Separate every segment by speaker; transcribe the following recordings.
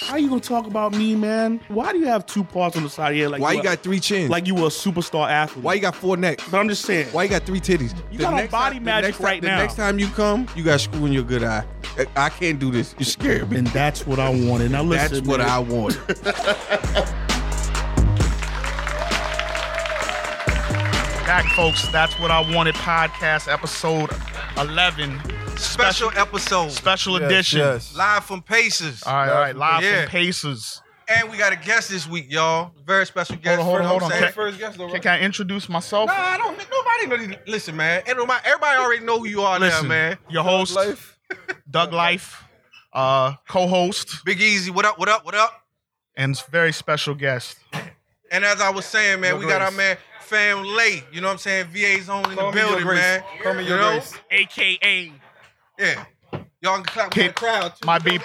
Speaker 1: How you gonna talk about me, man? Why do you have two parts on the side of your head? Like
Speaker 2: Why you
Speaker 1: were-
Speaker 2: got three chins?
Speaker 1: like you were a superstar athlete?
Speaker 2: why you got four necks?
Speaker 1: But I'm just saying.
Speaker 2: Why you got three titties?
Speaker 1: You got on
Speaker 2: next
Speaker 1: body
Speaker 2: time- the
Speaker 1: magic
Speaker 2: next time-
Speaker 1: right now.
Speaker 2: The next time you come, you got screw in your good eye. I- I can't do this. You scared me.
Speaker 1: And that's what I wanted. Now listen,
Speaker 2: That's what
Speaker 1: man.
Speaker 2: I want.
Speaker 1: back, folks. That's what I wanted. Podcast episode 11,
Speaker 3: Special episode.
Speaker 1: special edition.
Speaker 3: Live from Paces.
Speaker 1: All right, all right. Live
Speaker 3: Yeah.
Speaker 1: from Pacers.
Speaker 3: And we got a guest this week, y'all. Very special guest.
Speaker 1: on, hold on,
Speaker 3: First-
Speaker 1: hold
Speaker 3: I'm
Speaker 1: on.
Speaker 3: saying
Speaker 1: Can-
Speaker 3: First guest, though,
Speaker 1: Can,
Speaker 3: right?
Speaker 1: can I introduce myself?
Speaker 3: Nah, I don't. Nobody know. Listen, man. Everybody, everybody already know who you are
Speaker 1: Listen,
Speaker 3: now, man.
Speaker 1: Your host, Doug Life, uh, co-host,
Speaker 3: Big Easy, what up? What up? What up?
Speaker 1: and very special guest.
Speaker 3: And as I was saying, man,
Speaker 4: Your
Speaker 3: we got our
Speaker 4: grace.
Speaker 3: man Fam Late. You know what I'm saying? VA's on in
Speaker 4: Call
Speaker 3: the
Speaker 4: me your
Speaker 3: building,
Speaker 4: grace.
Speaker 3: man.
Speaker 4: Call me
Speaker 3: You
Speaker 4: your
Speaker 3: know?
Speaker 4: grace.
Speaker 1: AKA
Speaker 3: Yeah. Y'all can clap for the
Speaker 1: Kid-
Speaker 3: crowd too.
Speaker 1: my beeper.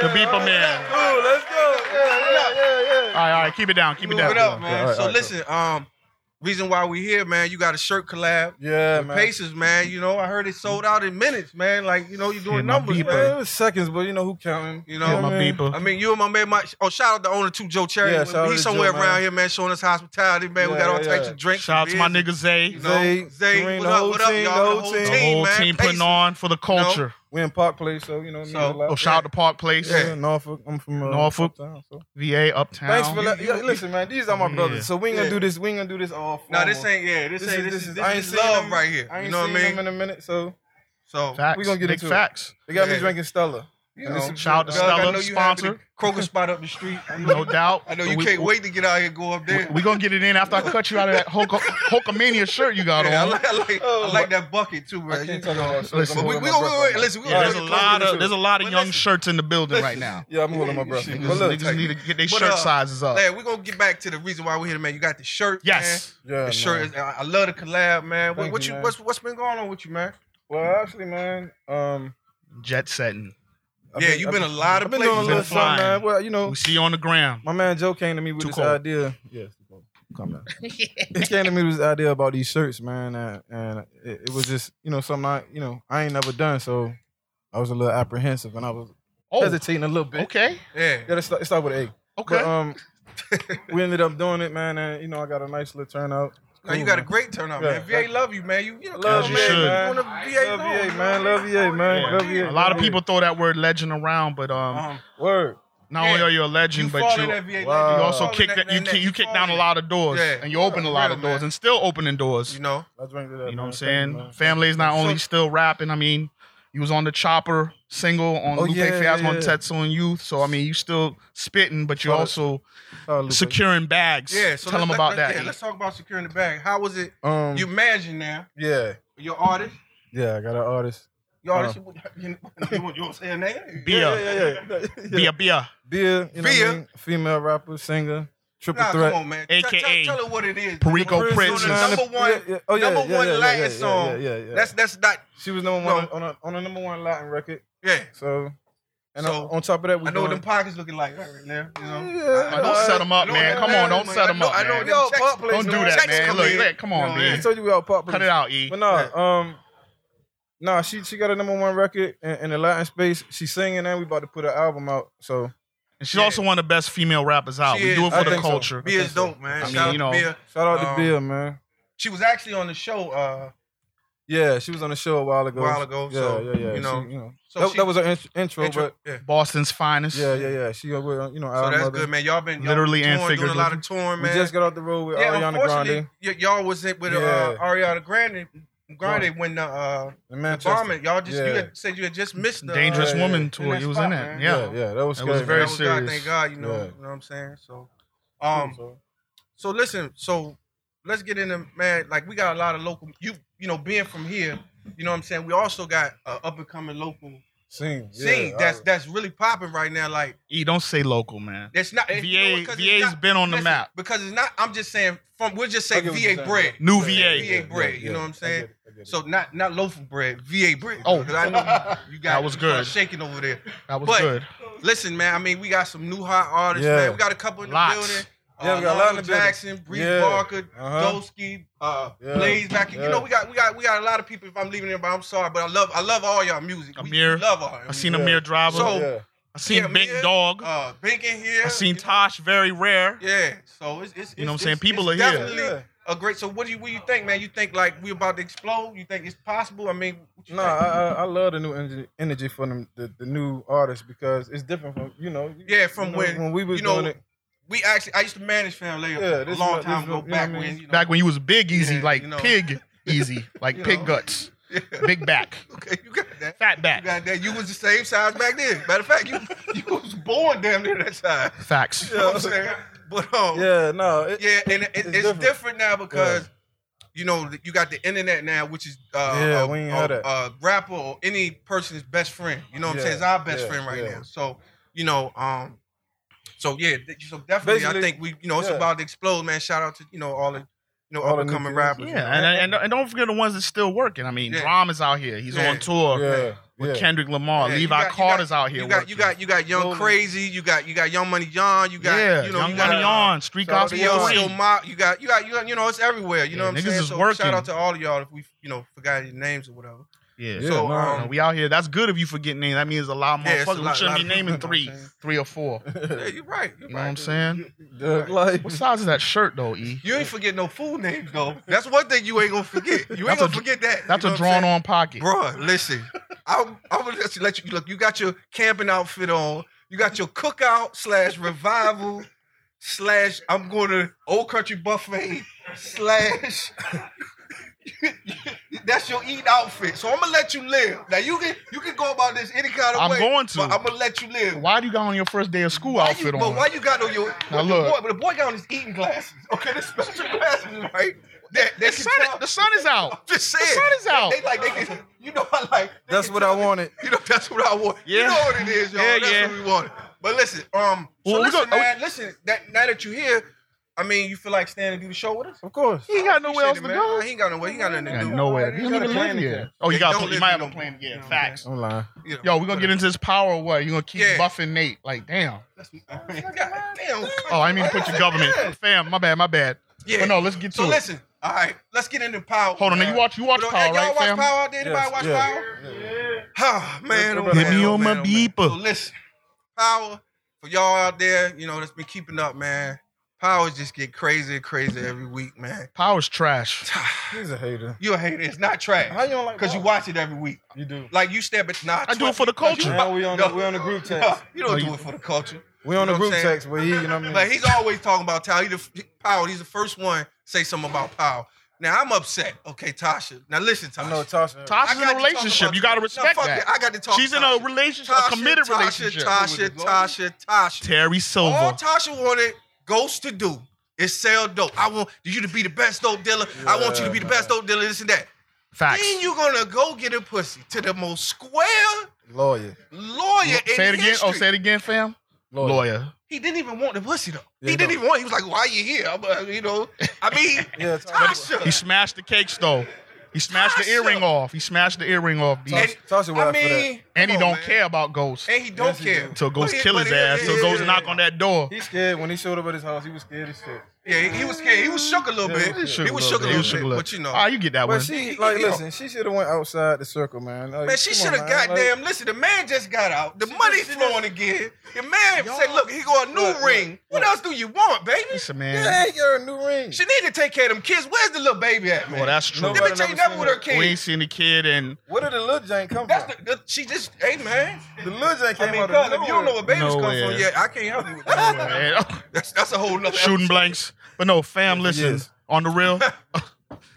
Speaker 1: The beeper man.
Speaker 4: Cool, let's go. Yeah, yeah, yeah,
Speaker 1: All right, all right, keep it down, keep it
Speaker 3: Move it
Speaker 1: down.
Speaker 3: up, man.
Speaker 4: All right,
Speaker 3: so
Speaker 4: all right,
Speaker 3: listen, um, reason why we here, man, you got a shirt collab.
Speaker 4: yeah. Yeah,
Speaker 3: with
Speaker 4: man.
Speaker 3: Pacers, man. You know, I heard it sold out in minutes, man. Like, you know, you're doing
Speaker 1: Yeah, my
Speaker 3: numbers,
Speaker 1: beeper.
Speaker 3: man.
Speaker 4: Yeah, it was seconds, but you know who counting.
Speaker 3: You
Speaker 1: Yeah,
Speaker 3: know,
Speaker 1: my
Speaker 4: Yeah, man.
Speaker 3: I
Speaker 1: beeper.
Speaker 3: mean, you and my man, my, oh, shout out the owner too, Joe Cherry.
Speaker 4: Yeah, shout out
Speaker 3: He's
Speaker 4: to
Speaker 3: somewhere
Speaker 4: Joe,
Speaker 3: around
Speaker 4: man.
Speaker 3: here, man, showing us hospitality, man. we
Speaker 4: Yeah,
Speaker 3: got all
Speaker 4: yeah,
Speaker 3: types
Speaker 4: yeah.
Speaker 3: of drinks.
Speaker 1: Shout out to my
Speaker 3: beers,
Speaker 1: nigga Zay,
Speaker 3: You
Speaker 1: the
Speaker 3: know, Zay,
Speaker 4: Zay, Kareem,
Speaker 3: what
Speaker 4: the
Speaker 3: up,
Speaker 4: whole
Speaker 3: what up,
Speaker 4: team,
Speaker 3: y'all?
Speaker 4: the whole team.
Speaker 3: team,
Speaker 1: whole
Speaker 3: man.
Speaker 1: team putting
Speaker 3: Pacers.
Speaker 1: on for the culture.
Speaker 4: We in Park Place, so you know what I mean.
Speaker 3: So-
Speaker 4: a lot.
Speaker 1: Oh, shout out to Park Place,
Speaker 4: yeah, Norfolk. I'm from uh,
Speaker 1: Norfolk.
Speaker 4: uptown, so.
Speaker 1: VA, Uptown.
Speaker 4: Thanks for that. Yeah, listen, man. These are my
Speaker 1: Yeah.
Speaker 4: brothers, so we ain't gonna
Speaker 3: Yeah.
Speaker 4: do this. We ain't gonna do this all.
Speaker 3: No,
Speaker 4: formal.
Speaker 3: this ain't, yeah, this, ain't, this, is,
Speaker 4: I ain't
Speaker 3: this is
Speaker 4: seen
Speaker 3: love
Speaker 4: them-
Speaker 3: right here.
Speaker 4: I ain't
Speaker 3: you know what I
Speaker 4: seen
Speaker 3: mean?
Speaker 4: them in a minute, so
Speaker 3: so,
Speaker 1: Facts.
Speaker 4: We gonna get
Speaker 1: Big
Speaker 4: into it.
Speaker 1: facts.
Speaker 4: they got
Speaker 3: Yeah.
Speaker 4: me drinking Stella.
Speaker 3: you
Speaker 4: And
Speaker 3: know,
Speaker 4: this is-
Speaker 1: Shout out to
Speaker 3: Doug, I
Speaker 1: Stella,
Speaker 3: know you
Speaker 1: sponsor.
Speaker 3: have the Kroger spot up the street. I know,
Speaker 1: No doubt.
Speaker 3: I know
Speaker 1: But
Speaker 3: you
Speaker 1: we-
Speaker 3: can't wait to get out here and go up there.
Speaker 1: We gonna get it in after I cut you out of that Hulk, Hulkamania shirt you got
Speaker 3: Yeah, I
Speaker 1: on.
Speaker 3: like, I like, I like that bucket too, man.
Speaker 4: I can't talk about
Speaker 1: Listen,
Speaker 4: Stella.
Speaker 3: But we, we gonna, wait, wait, listen, we
Speaker 1: Yeah,
Speaker 3: gonna
Speaker 1: there's a
Speaker 3: really
Speaker 1: lot
Speaker 3: close
Speaker 1: of there's a lot of
Speaker 3: But
Speaker 1: young
Speaker 3: listen,
Speaker 1: shirts in the building right now.
Speaker 4: Yeah, I'm holding my brother.
Speaker 3: Shit,
Speaker 4: But look,
Speaker 1: Niggas need to get their
Speaker 3: But,
Speaker 1: shirt
Speaker 3: uh,
Speaker 1: sizes up.
Speaker 3: Man, we're gonna get back to the reason why we're here, man. You got the shirt.
Speaker 1: Yes.
Speaker 4: yeah,
Speaker 3: Man. The
Speaker 4: man.
Speaker 3: shirt. Is, I I love the collab, man. What,
Speaker 4: Thank
Speaker 3: what
Speaker 4: you,
Speaker 3: you,
Speaker 4: man.
Speaker 3: what's what's been going on with you, man?
Speaker 4: Well, actually, man, um,
Speaker 1: Jet setting.
Speaker 4: I've
Speaker 3: yeah, you've been, a lot of
Speaker 4: I've been
Speaker 3: places.
Speaker 4: doing a
Speaker 1: Been
Speaker 4: little something,
Speaker 1: flying.
Speaker 4: man. Well, you know,
Speaker 1: We see you on the gram.
Speaker 4: my man Joe came to me with
Speaker 1: Too
Speaker 4: this
Speaker 1: cold.
Speaker 4: idea. Yes, come on. he came to me with this idea about these shirts, man, and, and it, it was just you know something I you know I ain't never done, so I was a little apprehensive and I was
Speaker 1: Oh,
Speaker 4: hesitating a little bit.
Speaker 1: okay,
Speaker 3: yeah.
Speaker 4: Yeah, let's start, let's start with A. Okay.
Speaker 1: okay.
Speaker 3: uh,
Speaker 4: um, we ended up doing it, man, and you know I got a nice little turnout.
Speaker 3: Now you
Speaker 4: Cool,
Speaker 3: got a
Speaker 4: man.
Speaker 3: great turnout,
Speaker 4: Yeah.
Speaker 3: man. VA love you, man. You, you know,
Speaker 4: Love
Speaker 1: As
Speaker 3: come
Speaker 1: you
Speaker 3: on,
Speaker 1: should.
Speaker 3: man. You
Speaker 4: man.
Speaker 3: want VA,
Speaker 4: Love
Speaker 3: love,
Speaker 4: VA, man. Love VA, man.
Speaker 1: Yeah.
Speaker 4: Love
Speaker 1: a
Speaker 4: VA.
Speaker 1: lot of
Speaker 4: love
Speaker 1: people throw that word legend around, but um,
Speaker 3: Um,
Speaker 4: Word.
Speaker 1: not
Speaker 3: yeah.
Speaker 1: only are you a legend,
Speaker 3: you
Speaker 1: but
Speaker 3: fall
Speaker 1: you,
Speaker 3: in that VA.
Speaker 4: Wow.
Speaker 3: lane.
Speaker 1: you
Speaker 4: uh,
Speaker 1: also
Speaker 3: fall in
Speaker 1: kick
Speaker 3: that-
Speaker 1: that, you
Speaker 3: that-
Speaker 1: kick, you kick
Speaker 3: fall
Speaker 1: down
Speaker 3: in
Speaker 1: a
Speaker 3: that,
Speaker 1: lot of doors,
Speaker 3: Yeah.
Speaker 1: and you open a lot
Speaker 3: Real,
Speaker 1: of doors,
Speaker 3: man.
Speaker 1: and still opening doors.
Speaker 3: You
Speaker 1: You
Speaker 3: know,
Speaker 4: I drink
Speaker 1: know,
Speaker 4: to that.
Speaker 1: what
Speaker 4: man.
Speaker 1: I'm
Speaker 4: Thank
Speaker 1: saying?
Speaker 4: you, man.
Speaker 1: Family's not only
Speaker 3: So-
Speaker 1: still rapping. I mean, you was on the chopper single on
Speaker 4: Oh,
Speaker 1: Lupe
Speaker 4: yeah,
Speaker 1: Fiasco
Speaker 4: yeah,
Speaker 1: on
Speaker 4: yeah.
Speaker 1: Tetsu and Youth. So I mean, you still spitting, but you
Speaker 4: Solid.
Speaker 1: also
Speaker 4: Sorry, Lupe.
Speaker 1: securing bags.
Speaker 3: yeah. So
Speaker 1: tell
Speaker 3: let's-
Speaker 1: them about
Speaker 3: let's-
Speaker 1: that.
Speaker 3: Yeah, let's talk about securing the bag. How was it?
Speaker 4: Um,
Speaker 3: You managing now?
Speaker 4: yeah,
Speaker 3: Your artist.
Speaker 4: yeah, I got an artist.
Speaker 3: Your artist. You, you, want- you want to say her name?
Speaker 1: Bia,
Speaker 4: yeah, yeah, yeah.
Speaker 1: Bia,
Speaker 4: yeah.
Speaker 1: Bia.
Speaker 4: Bia, you know what
Speaker 3: Bia.
Speaker 4: I mean? female rapper, singer, triple
Speaker 3: Nah,
Speaker 4: threat.
Speaker 3: come on, man.
Speaker 1: AKA
Speaker 3: tell, tell, tell her what it is.
Speaker 1: Perico
Speaker 3: Prince
Speaker 1: Prince.
Speaker 3: doing the
Speaker 1: Nah,
Speaker 3: Number one.
Speaker 4: Yeah, yeah. Oh, yeah,
Speaker 3: number
Speaker 4: yeah,
Speaker 3: one
Speaker 4: yeah, yeah,
Speaker 3: Latin
Speaker 4: yeah,
Speaker 3: song.
Speaker 4: Yeah, yeah, yeah.
Speaker 3: That's that's not.
Speaker 4: she was number one on a, on a number one Latin record.
Speaker 3: Yeah.
Speaker 4: So, and
Speaker 3: So,
Speaker 4: on, on top of that, we
Speaker 3: I know what them
Speaker 4: doing,
Speaker 3: pockets looking like right now. You know.
Speaker 4: Yeah.
Speaker 1: Nah, don't set them up,
Speaker 3: I know
Speaker 1: man.
Speaker 3: that
Speaker 1: Come on, don't
Speaker 3: man.
Speaker 1: set them
Speaker 3: I know-
Speaker 1: up,
Speaker 3: I know
Speaker 1: man.
Speaker 3: them
Speaker 4: Yo,
Speaker 3: checks-
Speaker 4: fuck, please,
Speaker 1: Don't do
Speaker 3: them
Speaker 1: that,
Speaker 3: checks
Speaker 1: man.
Speaker 3: come
Speaker 1: Look,
Speaker 3: in.
Speaker 1: look, come on,
Speaker 3: No,
Speaker 4: I
Speaker 1: man.
Speaker 4: told you we all pop.
Speaker 1: Cut it out, E.
Speaker 4: But nah, um, nah, she she got a number one record in, in the Latin space. She's singing, and we about to put her album out. So
Speaker 1: And she's
Speaker 3: Yeah.
Speaker 1: also one of the best female rappers out.
Speaker 3: She
Speaker 1: we do
Speaker 3: is.
Speaker 1: it
Speaker 4: I
Speaker 1: for the
Speaker 4: think so.
Speaker 1: culture.
Speaker 4: Me-
Speaker 3: Bia's dope, man.
Speaker 1: I mean,
Speaker 3: Shout out
Speaker 1: you
Speaker 3: to
Speaker 1: know.
Speaker 3: Bia.
Speaker 4: shout out to
Speaker 3: Um,
Speaker 4: Bia, man.
Speaker 3: She was actually on the show. Uh,
Speaker 4: Yeah, she was on the show a while ago.
Speaker 3: A while ago,
Speaker 4: yeah,
Speaker 3: so,
Speaker 4: yeah, yeah.
Speaker 3: you
Speaker 4: She,
Speaker 3: know,
Speaker 4: you know.
Speaker 3: so
Speaker 4: that,
Speaker 3: she,
Speaker 4: that was her int- intro,
Speaker 3: intro-
Speaker 4: but
Speaker 3: yeah.
Speaker 1: Boston's finest.
Speaker 4: yeah, yeah, yeah. She, uh, we're, you know,
Speaker 3: So
Speaker 4: our
Speaker 3: that's
Speaker 4: mother.
Speaker 3: good, man. Y'all been y'all
Speaker 1: Literally
Speaker 3: been
Speaker 1: and
Speaker 3: touring, doing a lot of touring,
Speaker 4: We
Speaker 3: man.
Speaker 4: just got off the road with
Speaker 3: yeah,
Speaker 4: Ariana Grande
Speaker 3: unfortunately, y- y'all was it with uh,
Speaker 4: Yeah.
Speaker 3: Ariana Grande. Grande when the uh, the
Speaker 4: in Manchester.
Speaker 3: bombing, y'all just you
Speaker 4: Yeah.
Speaker 3: had said you had just missed the
Speaker 1: Dangerous
Speaker 3: uh,
Speaker 4: yeah,
Speaker 1: Woman
Speaker 3: in
Speaker 1: tour.
Speaker 3: that
Speaker 1: You was
Speaker 3: spot,
Speaker 1: in that.
Speaker 3: man.
Speaker 1: Yeah.
Speaker 4: yeah, yeah, that was
Speaker 1: That was
Speaker 4: scary,
Speaker 1: very
Speaker 4: man.
Speaker 3: That was God,
Speaker 1: serious.
Speaker 3: thank God, you know,
Speaker 4: Yeah.
Speaker 3: you know what I'm saying. So, um, So listen, so let's get into man. Like we got a lot of local. You you know, being from here, you know what I'm saying. We also got a up and coming local
Speaker 4: scene, yeah,
Speaker 3: scene
Speaker 4: I-
Speaker 3: that's that's really popping right now. Like
Speaker 1: E, don't say local, man.
Speaker 3: that's not
Speaker 1: VA,
Speaker 3: it's- you know, 'cause it's
Speaker 1: VA's
Speaker 3: not-
Speaker 1: been on the
Speaker 3: listen,
Speaker 1: map.
Speaker 3: because it's not. I'm just saying from we'll just
Speaker 4: I
Speaker 3: say
Speaker 4: get what
Speaker 3: VA
Speaker 4: you're saying.
Speaker 3: bread.
Speaker 1: New
Speaker 3: VA
Speaker 1: VA.
Speaker 3: bread, you know what I'm
Speaker 4: I
Speaker 3: saying?
Speaker 4: get it, I get it.
Speaker 3: So not not loaf of bread, VA bread.
Speaker 1: Oh.
Speaker 3: 'Cause I know you- you got
Speaker 1: That was
Speaker 3: you kinda
Speaker 1: good.
Speaker 3: shaking over there.
Speaker 1: That was
Speaker 3: But-
Speaker 1: good.
Speaker 3: Listen, man. I mean, we got some new hot artists,
Speaker 4: Yeah.
Speaker 3: man. We got a couple in the
Speaker 1: Lots.
Speaker 3: building.
Speaker 4: Yeah, we got a lot in the
Speaker 3: Lonzo
Speaker 4: building.
Speaker 3: Jackson, Breeze
Speaker 4: Yeah.
Speaker 3: Barker,
Speaker 4: Uh-huh.
Speaker 3: Dolsky, uh,
Speaker 4: Yeah.
Speaker 3: Blaze back. You
Speaker 4: Yeah.
Speaker 3: know, we got we got we got a lot of people. If I'm leaving anybody, I'm sorry, but I love I love all y'all music. We-
Speaker 1: Amir.
Speaker 3: we love all.
Speaker 1: I seen
Speaker 4: Yeah.
Speaker 1: Amir driver.
Speaker 3: So-
Speaker 4: yeah.
Speaker 1: I seen
Speaker 3: Yeah,
Speaker 1: Big
Speaker 3: Mia.
Speaker 1: Dog.
Speaker 3: Uh, Bink in here.
Speaker 1: I seen
Speaker 3: you know?
Speaker 1: Tosh very rare.
Speaker 3: Yeah. So it's, it's
Speaker 1: You know
Speaker 3: it's-
Speaker 1: what I'm saying?
Speaker 3: it's-
Speaker 1: People
Speaker 3: it's
Speaker 1: are here.
Speaker 3: Definitely
Speaker 4: Yeah.
Speaker 3: a great. So what do you what do you think, man? You think like we about to explode? You think it's possible? I mean, what you
Speaker 4: No,
Speaker 3: think?
Speaker 4: I, I I love the new energy, energy for them, the, the new artists because it's different from you know.
Speaker 3: Yeah, from
Speaker 4: you know,
Speaker 3: when-
Speaker 4: when we was
Speaker 3: you know,
Speaker 4: doing it.
Speaker 3: we actually I used to manage Fam Layup
Speaker 4: Yeah,
Speaker 3: a
Speaker 4: this
Speaker 3: long
Speaker 4: is-
Speaker 3: time
Speaker 4: this is-
Speaker 3: ago
Speaker 4: you know
Speaker 3: back
Speaker 4: what I mean?
Speaker 3: when. You know,
Speaker 1: Back when you was big easy,
Speaker 3: Yeah,
Speaker 1: like
Speaker 3: you know.
Speaker 1: pig easy, like
Speaker 3: You
Speaker 1: pig
Speaker 3: know.
Speaker 1: guts,
Speaker 3: Yeah.
Speaker 1: big back,
Speaker 3: okay, you got that.
Speaker 1: fat
Speaker 3: You
Speaker 1: back.
Speaker 3: got that. You was the same size back then. Matter of fact, you you was born damn near that size.
Speaker 1: Facts.
Speaker 3: You know what I'm saying? But um,
Speaker 4: Yeah, no, it,
Speaker 3: Yeah, and it, it's,
Speaker 4: It's
Speaker 3: different.
Speaker 4: different.
Speaker 3: now because you know you got the internet now, which is uh,
Speaker 4: Yeah,
Speaker 3: a,
Speaker 4: we ain't
Speaker 3: a-
Speaker 4: had that.
Speaker 3: a rapper or any person's best friend. You know what I'm
Speaker 4: Yeah,
Speaker 3: saying? It's our best
Speaker 4: yeah,
Speaker 3: friend right
Speaker 4: yeah.
Speaker 3: now. So you know, um, so yeah, th- so definitely, I
Speaker 4: Basically,
Speaker 3: think we you know it's
Speaker 4: yeah.
Speaker 3: about to explode, man. Shout out to you know all the you know
Speaker 4: All
Speaker 3: up
Speaker 4: the
Speaker 3: and coming
Speaker 4: new kids.
Speaker 3: rappers.
Speaker 1: Yeah, and, and and don't forget the ones that's still working. I mean,
Speaker 3: Yeah.
Speaker 1: Drama's out here. He's
Speaker 3: Yeah.
Speaker 1: on tour
Speaker 4: yeah,
Speaker 1: with
Speaker 4: yeah.
Speaker 1: Kendrick Lamar.
Speaker 3: Yeah, you
Speaker 1: Levi
Speaker 3: got- you got-
Speaker 1: Carter's out here.
Speaker 3: You got you
Speaker 1: working.
Speaker 3: got you got Young
Speaker 4: Slowly.
Speaker 3: Crazy, you got you got Young Money John, you got
Speaker 1: yeah,
Speaker 3: you know
Speaker 1: Young
Speaker 3: you got
Speaker 1: Money
Speaker 3: uh,
Speaker 1: on Street
Speaker 4: shout out
Speaker 1: Gospel
Speaker 4: to
Speaker 3: Yo,
Speaker 4: Young
Speaker 1: Ring.
Speaker 3: Yo, Ma, you got, you got, you got, you know, it's everywhere. You know
Speaker 1: Yeah,
Speaker 3: what I'm
Speaker 1: niggas
Speaker 3: saying?
Speaker 1: is
Speaker 3: So
Speaker 1: working.
Speaker 3: shout out to all of y'all if we, you know, forgot your names or whatever.
Speaker 1: Yeah,
Speaker 4: Yeah,
Speaker 1: so
Speaker 3: so,
Speaker 4: no,
Speaker 1: you know, we out here. That's good if you forget names. That means a lot of
Speaker 3: Yeah, it's a
Speaker 1: motherfuckers.
Speaker 3: lot-
Speaker 1: we shouldn't
Speaker 3: lot
Speaker 1: be
Speaker 3: of people,
Speaker 1: naming
Speaker 3: you know what
Speaker 1: three,
Speaker 3: I'm saying?
Speaker 1: three or four.
Speaker 3: Yeah, you're right. You're
Speaker 1: You know
Speaker 3: right.
Speaker 1: what I'm saying?
Speaker 4: The- like,
Speaker 1: What size is that shirt though, E?
Speaker 3: You ain't forget no fool names though. That's one thing you ain't gonna forget. You ain't
Speaker 1: That's a-
Speaker 3: gonna forget that.
Speaker 1: That's a drawn on pocket.
Speaker 3: Bro, listen. I'm, I'm gonna let you, let you look. You got your camping outfit on. You got your cookout slash revival slash. I'm going to old country buffet slash. That's your eat outfit. So I'm gonna let you live. Now you can you can go about this any kind of
Speaker 1: I'm
Speaker 3: way.
Speaker 1: going to.
Speaker 3: But I'm gonna let you live.
Speaker 1: Why do you got on your first day of school
Speaker 3: Why
Speaker 1: outfit on?
Speaker 3: you, But why you got on your,
Speaker 1: Now
Speaker 3: your
Speaker 1: look.
Speaker 3: boy? But the boy got on his eating glasses. Okay, the special glasses, right? That they
Speaker 1: the,
Speaker 3: can
Speaker 1: sun,
Speaker 3: tell.
Speaker 1: the sun is out.
Speaker 3: Just
Speaker 1: The
Speaker 3: saying.
Speaker 1: sun is out.
Speaker 3: They like they can, you know I like. they
Speaker 4: that's
Speaker 3: can
Speaker 4: what
Speaker 3: tell
Speaker 4: I
Speaker 3: that-
Speaker 4: wanted.
Speaker 3: You know that's what I want. You
Speaker 1: Yeah.
Speaker 3: know what it is, y'all.
Speaker 1: Yeah,
Speaker 3: that's
Speaker 1: yeah.
Speaker 3: what we wanted. But listen, um, so
Speaker 1: Well, we
Speaker 3: listen,
Speaker 1: go-
Speaker 3: man. listen, that now that you're here, I mean, you feel like staying and do the show with us.
Speaker 4: Of course.
Speaker 1: He ain't got nowhere
Speaker 3: Appreciate
Speaker 1: else
Speaker 3: it,
Speaker 1: to
Speaker 3: man.
Speaker 1: go.
Speaker 3: He ain't got nowhere. He got nothing to
Speaker 1: Got
Speaker 3: do.
Speaker 1: nowhere. He
Speaker 3: You
Speaker 1: don't
Speaker 3: got a
Speaker 1: even
Speaker 3: plan
Speaker 1: live
Speaker 3: to
Speaker 1: here. Oh,
Speaker 3: They
Speaker 1: you got.
Speaker 3: don't
Speaker 1: a pl-
Speaker 3: live
Speaker 1: You might
Speaker 3: here
Speaker 1: have a
Speaker 3: no
Speaker 1: plan.
Speaker 3: more. You know
Speaker 1: Yeah,
Speaker 3: what
Speaker 1: facts.
Speaker 4: I'm lying.
Speaker 3: do. You know,
Speaker 1: Yo, we gonna get into this power or what? You gonna keep
Speaker 3: Yeah.
Speaker 1: buffing Nate? Like, damn.
Speaker 3: that's- God damn.
Speaker 1: Oh, I didn't mean to put your government, fam. My bad, my bad.
Speaker 3: Yeah.
Speaker 1: But no, let's get to
Speaker 3: So
Speaker 1: it.
Speaker 3: listen, all right, let's get into power.
Speaker 1: Hold on, now,
Speaker 3: man.
Speaker 1: you watch, you watch
Speaker 3: But, uh,
Speaker 1: Power,
Speaker 3: y'all
Speaker 1: right,
Speaker 3: watch
Speaker 1: fam?
Speaker 3: Power out there? Anybody
Speaker 4: Yes,
Speaker 3: watch
Speaker 4: yeah.
Speaker 3: Power? Ah, man, oh,
Speaker 4: Hit
Speaker 3: man,
Speaker 1: me
Speaker 3: oh,
Speaker 1: on
Speaker 3: man,
Speaker 1: my
Speaker 3: oh, man.
Speaker 1: beeper.
Speaker 3: So listen, Power for y'all out there, you know that's been keeping up, man. Powers just get crazier, and crazier every week, man.
Speaker 1: Power's trash.
Speaker 4: He's a hater.
Speaker 3: You a hater? It's not trash
Speaker 4: How you don't like?
Speaker 3: because you
Speaker 4: Bob?
Speaker 3: watch it every week.
Speaker 4: You do.
Speaker 3: Like you step at nah.
Speaker 1: I do it for the
Speaker 3: twice-
Speaker 1: culture.
Speaker 4: Man, we on the, we on the group text.
Speaker 3: You don't
Speaker 1: No,
Speaker 3: do
Speaker 1: you-
Speaker 3: it for the culture.
Speaker 4: We on
Speaker 3: You know
Speaker 4: the
Speaker 3: what
Speaker 4: group
Speaker 3: I'm saying?
Speaker 4: text, but he, you know what I
Speaker 3: But
Speaker 4: mean.
Speaker 3: he's always talking about Tyler. He the he, Powell. He's the first one say something about Powell. Now I'm upset. Okay, Tasha. Now listen, Tasha.
Speaker 4: I know uh, Tasha.
Speaker 1: Tasha's
Speaker 3: I
Speaker 1: in
Speaker 3: got
Speaker 1: a
Speaker 3: to talk
Speaker 1: relationship.
Speaker 3: about-
Speaker 1: You gotta
Speaker 3: No,
Speaker 1: respect
Speaker 3: fuck
Speaker 1: that.
Speaker 3: I got to talk.
Speaker 1: She's in
Speaker 3: Tasha.
Speaker 1: a relationship, a committed
Speaker 3: Tasha,
Speaker 1: relationship.
Speaker 3: Tasha, Tasha, Tasha, Tasha.
Speaker 1: Terry Silver.
Speaker 3: All Tasha wanted Ghost to do is sell dope. I want you to be the best dope dealer. I want you to be the best dope dealer. This and that.
Speaker 1: Facts.
Speaker 3: Then you gonna go get a pussy to the most square
Speaker 4: Lawyer.
Speaker 3: lawyer in
Speaker 1: say it again.
Speaker 3: history.
Speaker 1: Oh, say it again, fam.
Speaker 4: Lawyer.
Speaker 1: Lawyer.
Speaker 3: He didn't even want the pussy though.
Speaker 4: Yeah,
Speaker 3: he
Speaker 4: he
Speaker 3: didn't
Speaker 4: don't.
Speaker 3: even want. He was like, "Why you here?" I'm, uh, you know. I mean,
Speaker 4: Yeah, Tasha.
Speaker 3: Tasha.
Speaker 1: He smashed the cakes though. He smashed the
Speaker 3: Tasha.
Speaker 1: earring off. He smashed the earring off, B.
Speaker 3: And-
Speaker 1: And,
Speaker 4: Tasha went
Speaker 3: I
Speaker 4: out for that.
Speaker 3: mean,
Speaker 1: he
Speaker 3: come on,
Speaker 1: don't
Speaker 3: man.
Speaker 1: care about Ghost.
Speaker 3: And he don't
Speaker 4: Yes, he
Speaker 3: care.
Speaker 4: do.
Speaker 1: Till Ghost
Speaker 3: But he-
Speaker 1: kill
Speaker 3: but
Speaker 1: his
Speaker 3: he-
Speaker 1: ass. Till
Speaker 3: yeah,
Speaker 1: Ghost
Speaker 3: yeah,
Speaker 1: knock
Speaker 3: yeah.
Speaker 1: on that door.
Speaker 4: He's scared when he showed up at his house. He was scared as shit.
Speaker 3: Yeah, he, he was scared. He was shook a little
Speaker 4: Yeah, he
Speaker 3: bit.
Speaker 4: was
Speaker 3: He was shook a
Speaker 1: He
Speaker 3: little
Speaker 1: was shook
Speaker 3: bit, but you know.
Speaker 1: Ah, you get that
Speaker 4: But
Speaker 1: one.
Speaker 4: she like
Speaker 3: Yo.
Speaker 4: listen. She should have went outside the circle, man. Like,
Speaker 3: Man, she
Speaker 4: come on,
Speaker 3: should have
Speaker 4: man.
Speaker 3: goddamn.
Speaker 4: Like,
Speaker 3: listen, the man just got out. The money
Speaker 4: she
Speaker 3: flowing again. The man said, "Look, he got a new
Speaker 4: Look, look,
Speaker 3: ring. what else do you want, baby?
Speaker 1: Listen, man.
Speaker 4: yeah, he got a new ring.
Speaker 3: She need to take care of them kids. Where's the little baby at, man?
Speaker 1: Well, that's true.
Speaker 3: Let me
Speaker 4: Nobody
Speaker 3: tell you
Speaker 4: never
Speaker 3: that
Speaker 4: seen
Speaker 3: with her
Speaker 4: it.
Speaker 1: We ain't
Speaker 3: kids.
Speaker 1: seen the kid and
Speaker 4: Where did the little Jane come
Speaker 3: That's
Speaker 4: from?
Speaker 3: the, the she just hey man.
Speaker 4: The, little Jane came
Speaker 3: I mean,
Speaker 4: out
Speaker 3: cuz
Speaker 4: of
Speaker 3: if you don't know where babies come
Speaker 1: Nowhere.
Speaker 3: from yet, I can't help you with that. that's that's a whole nother
Speaker 1: oh, shooting blanks. But no, fam,
Speaker 4: Yes, he
Speaker 1: listen.
Speaker 4: is.
Speaker 1: On the real.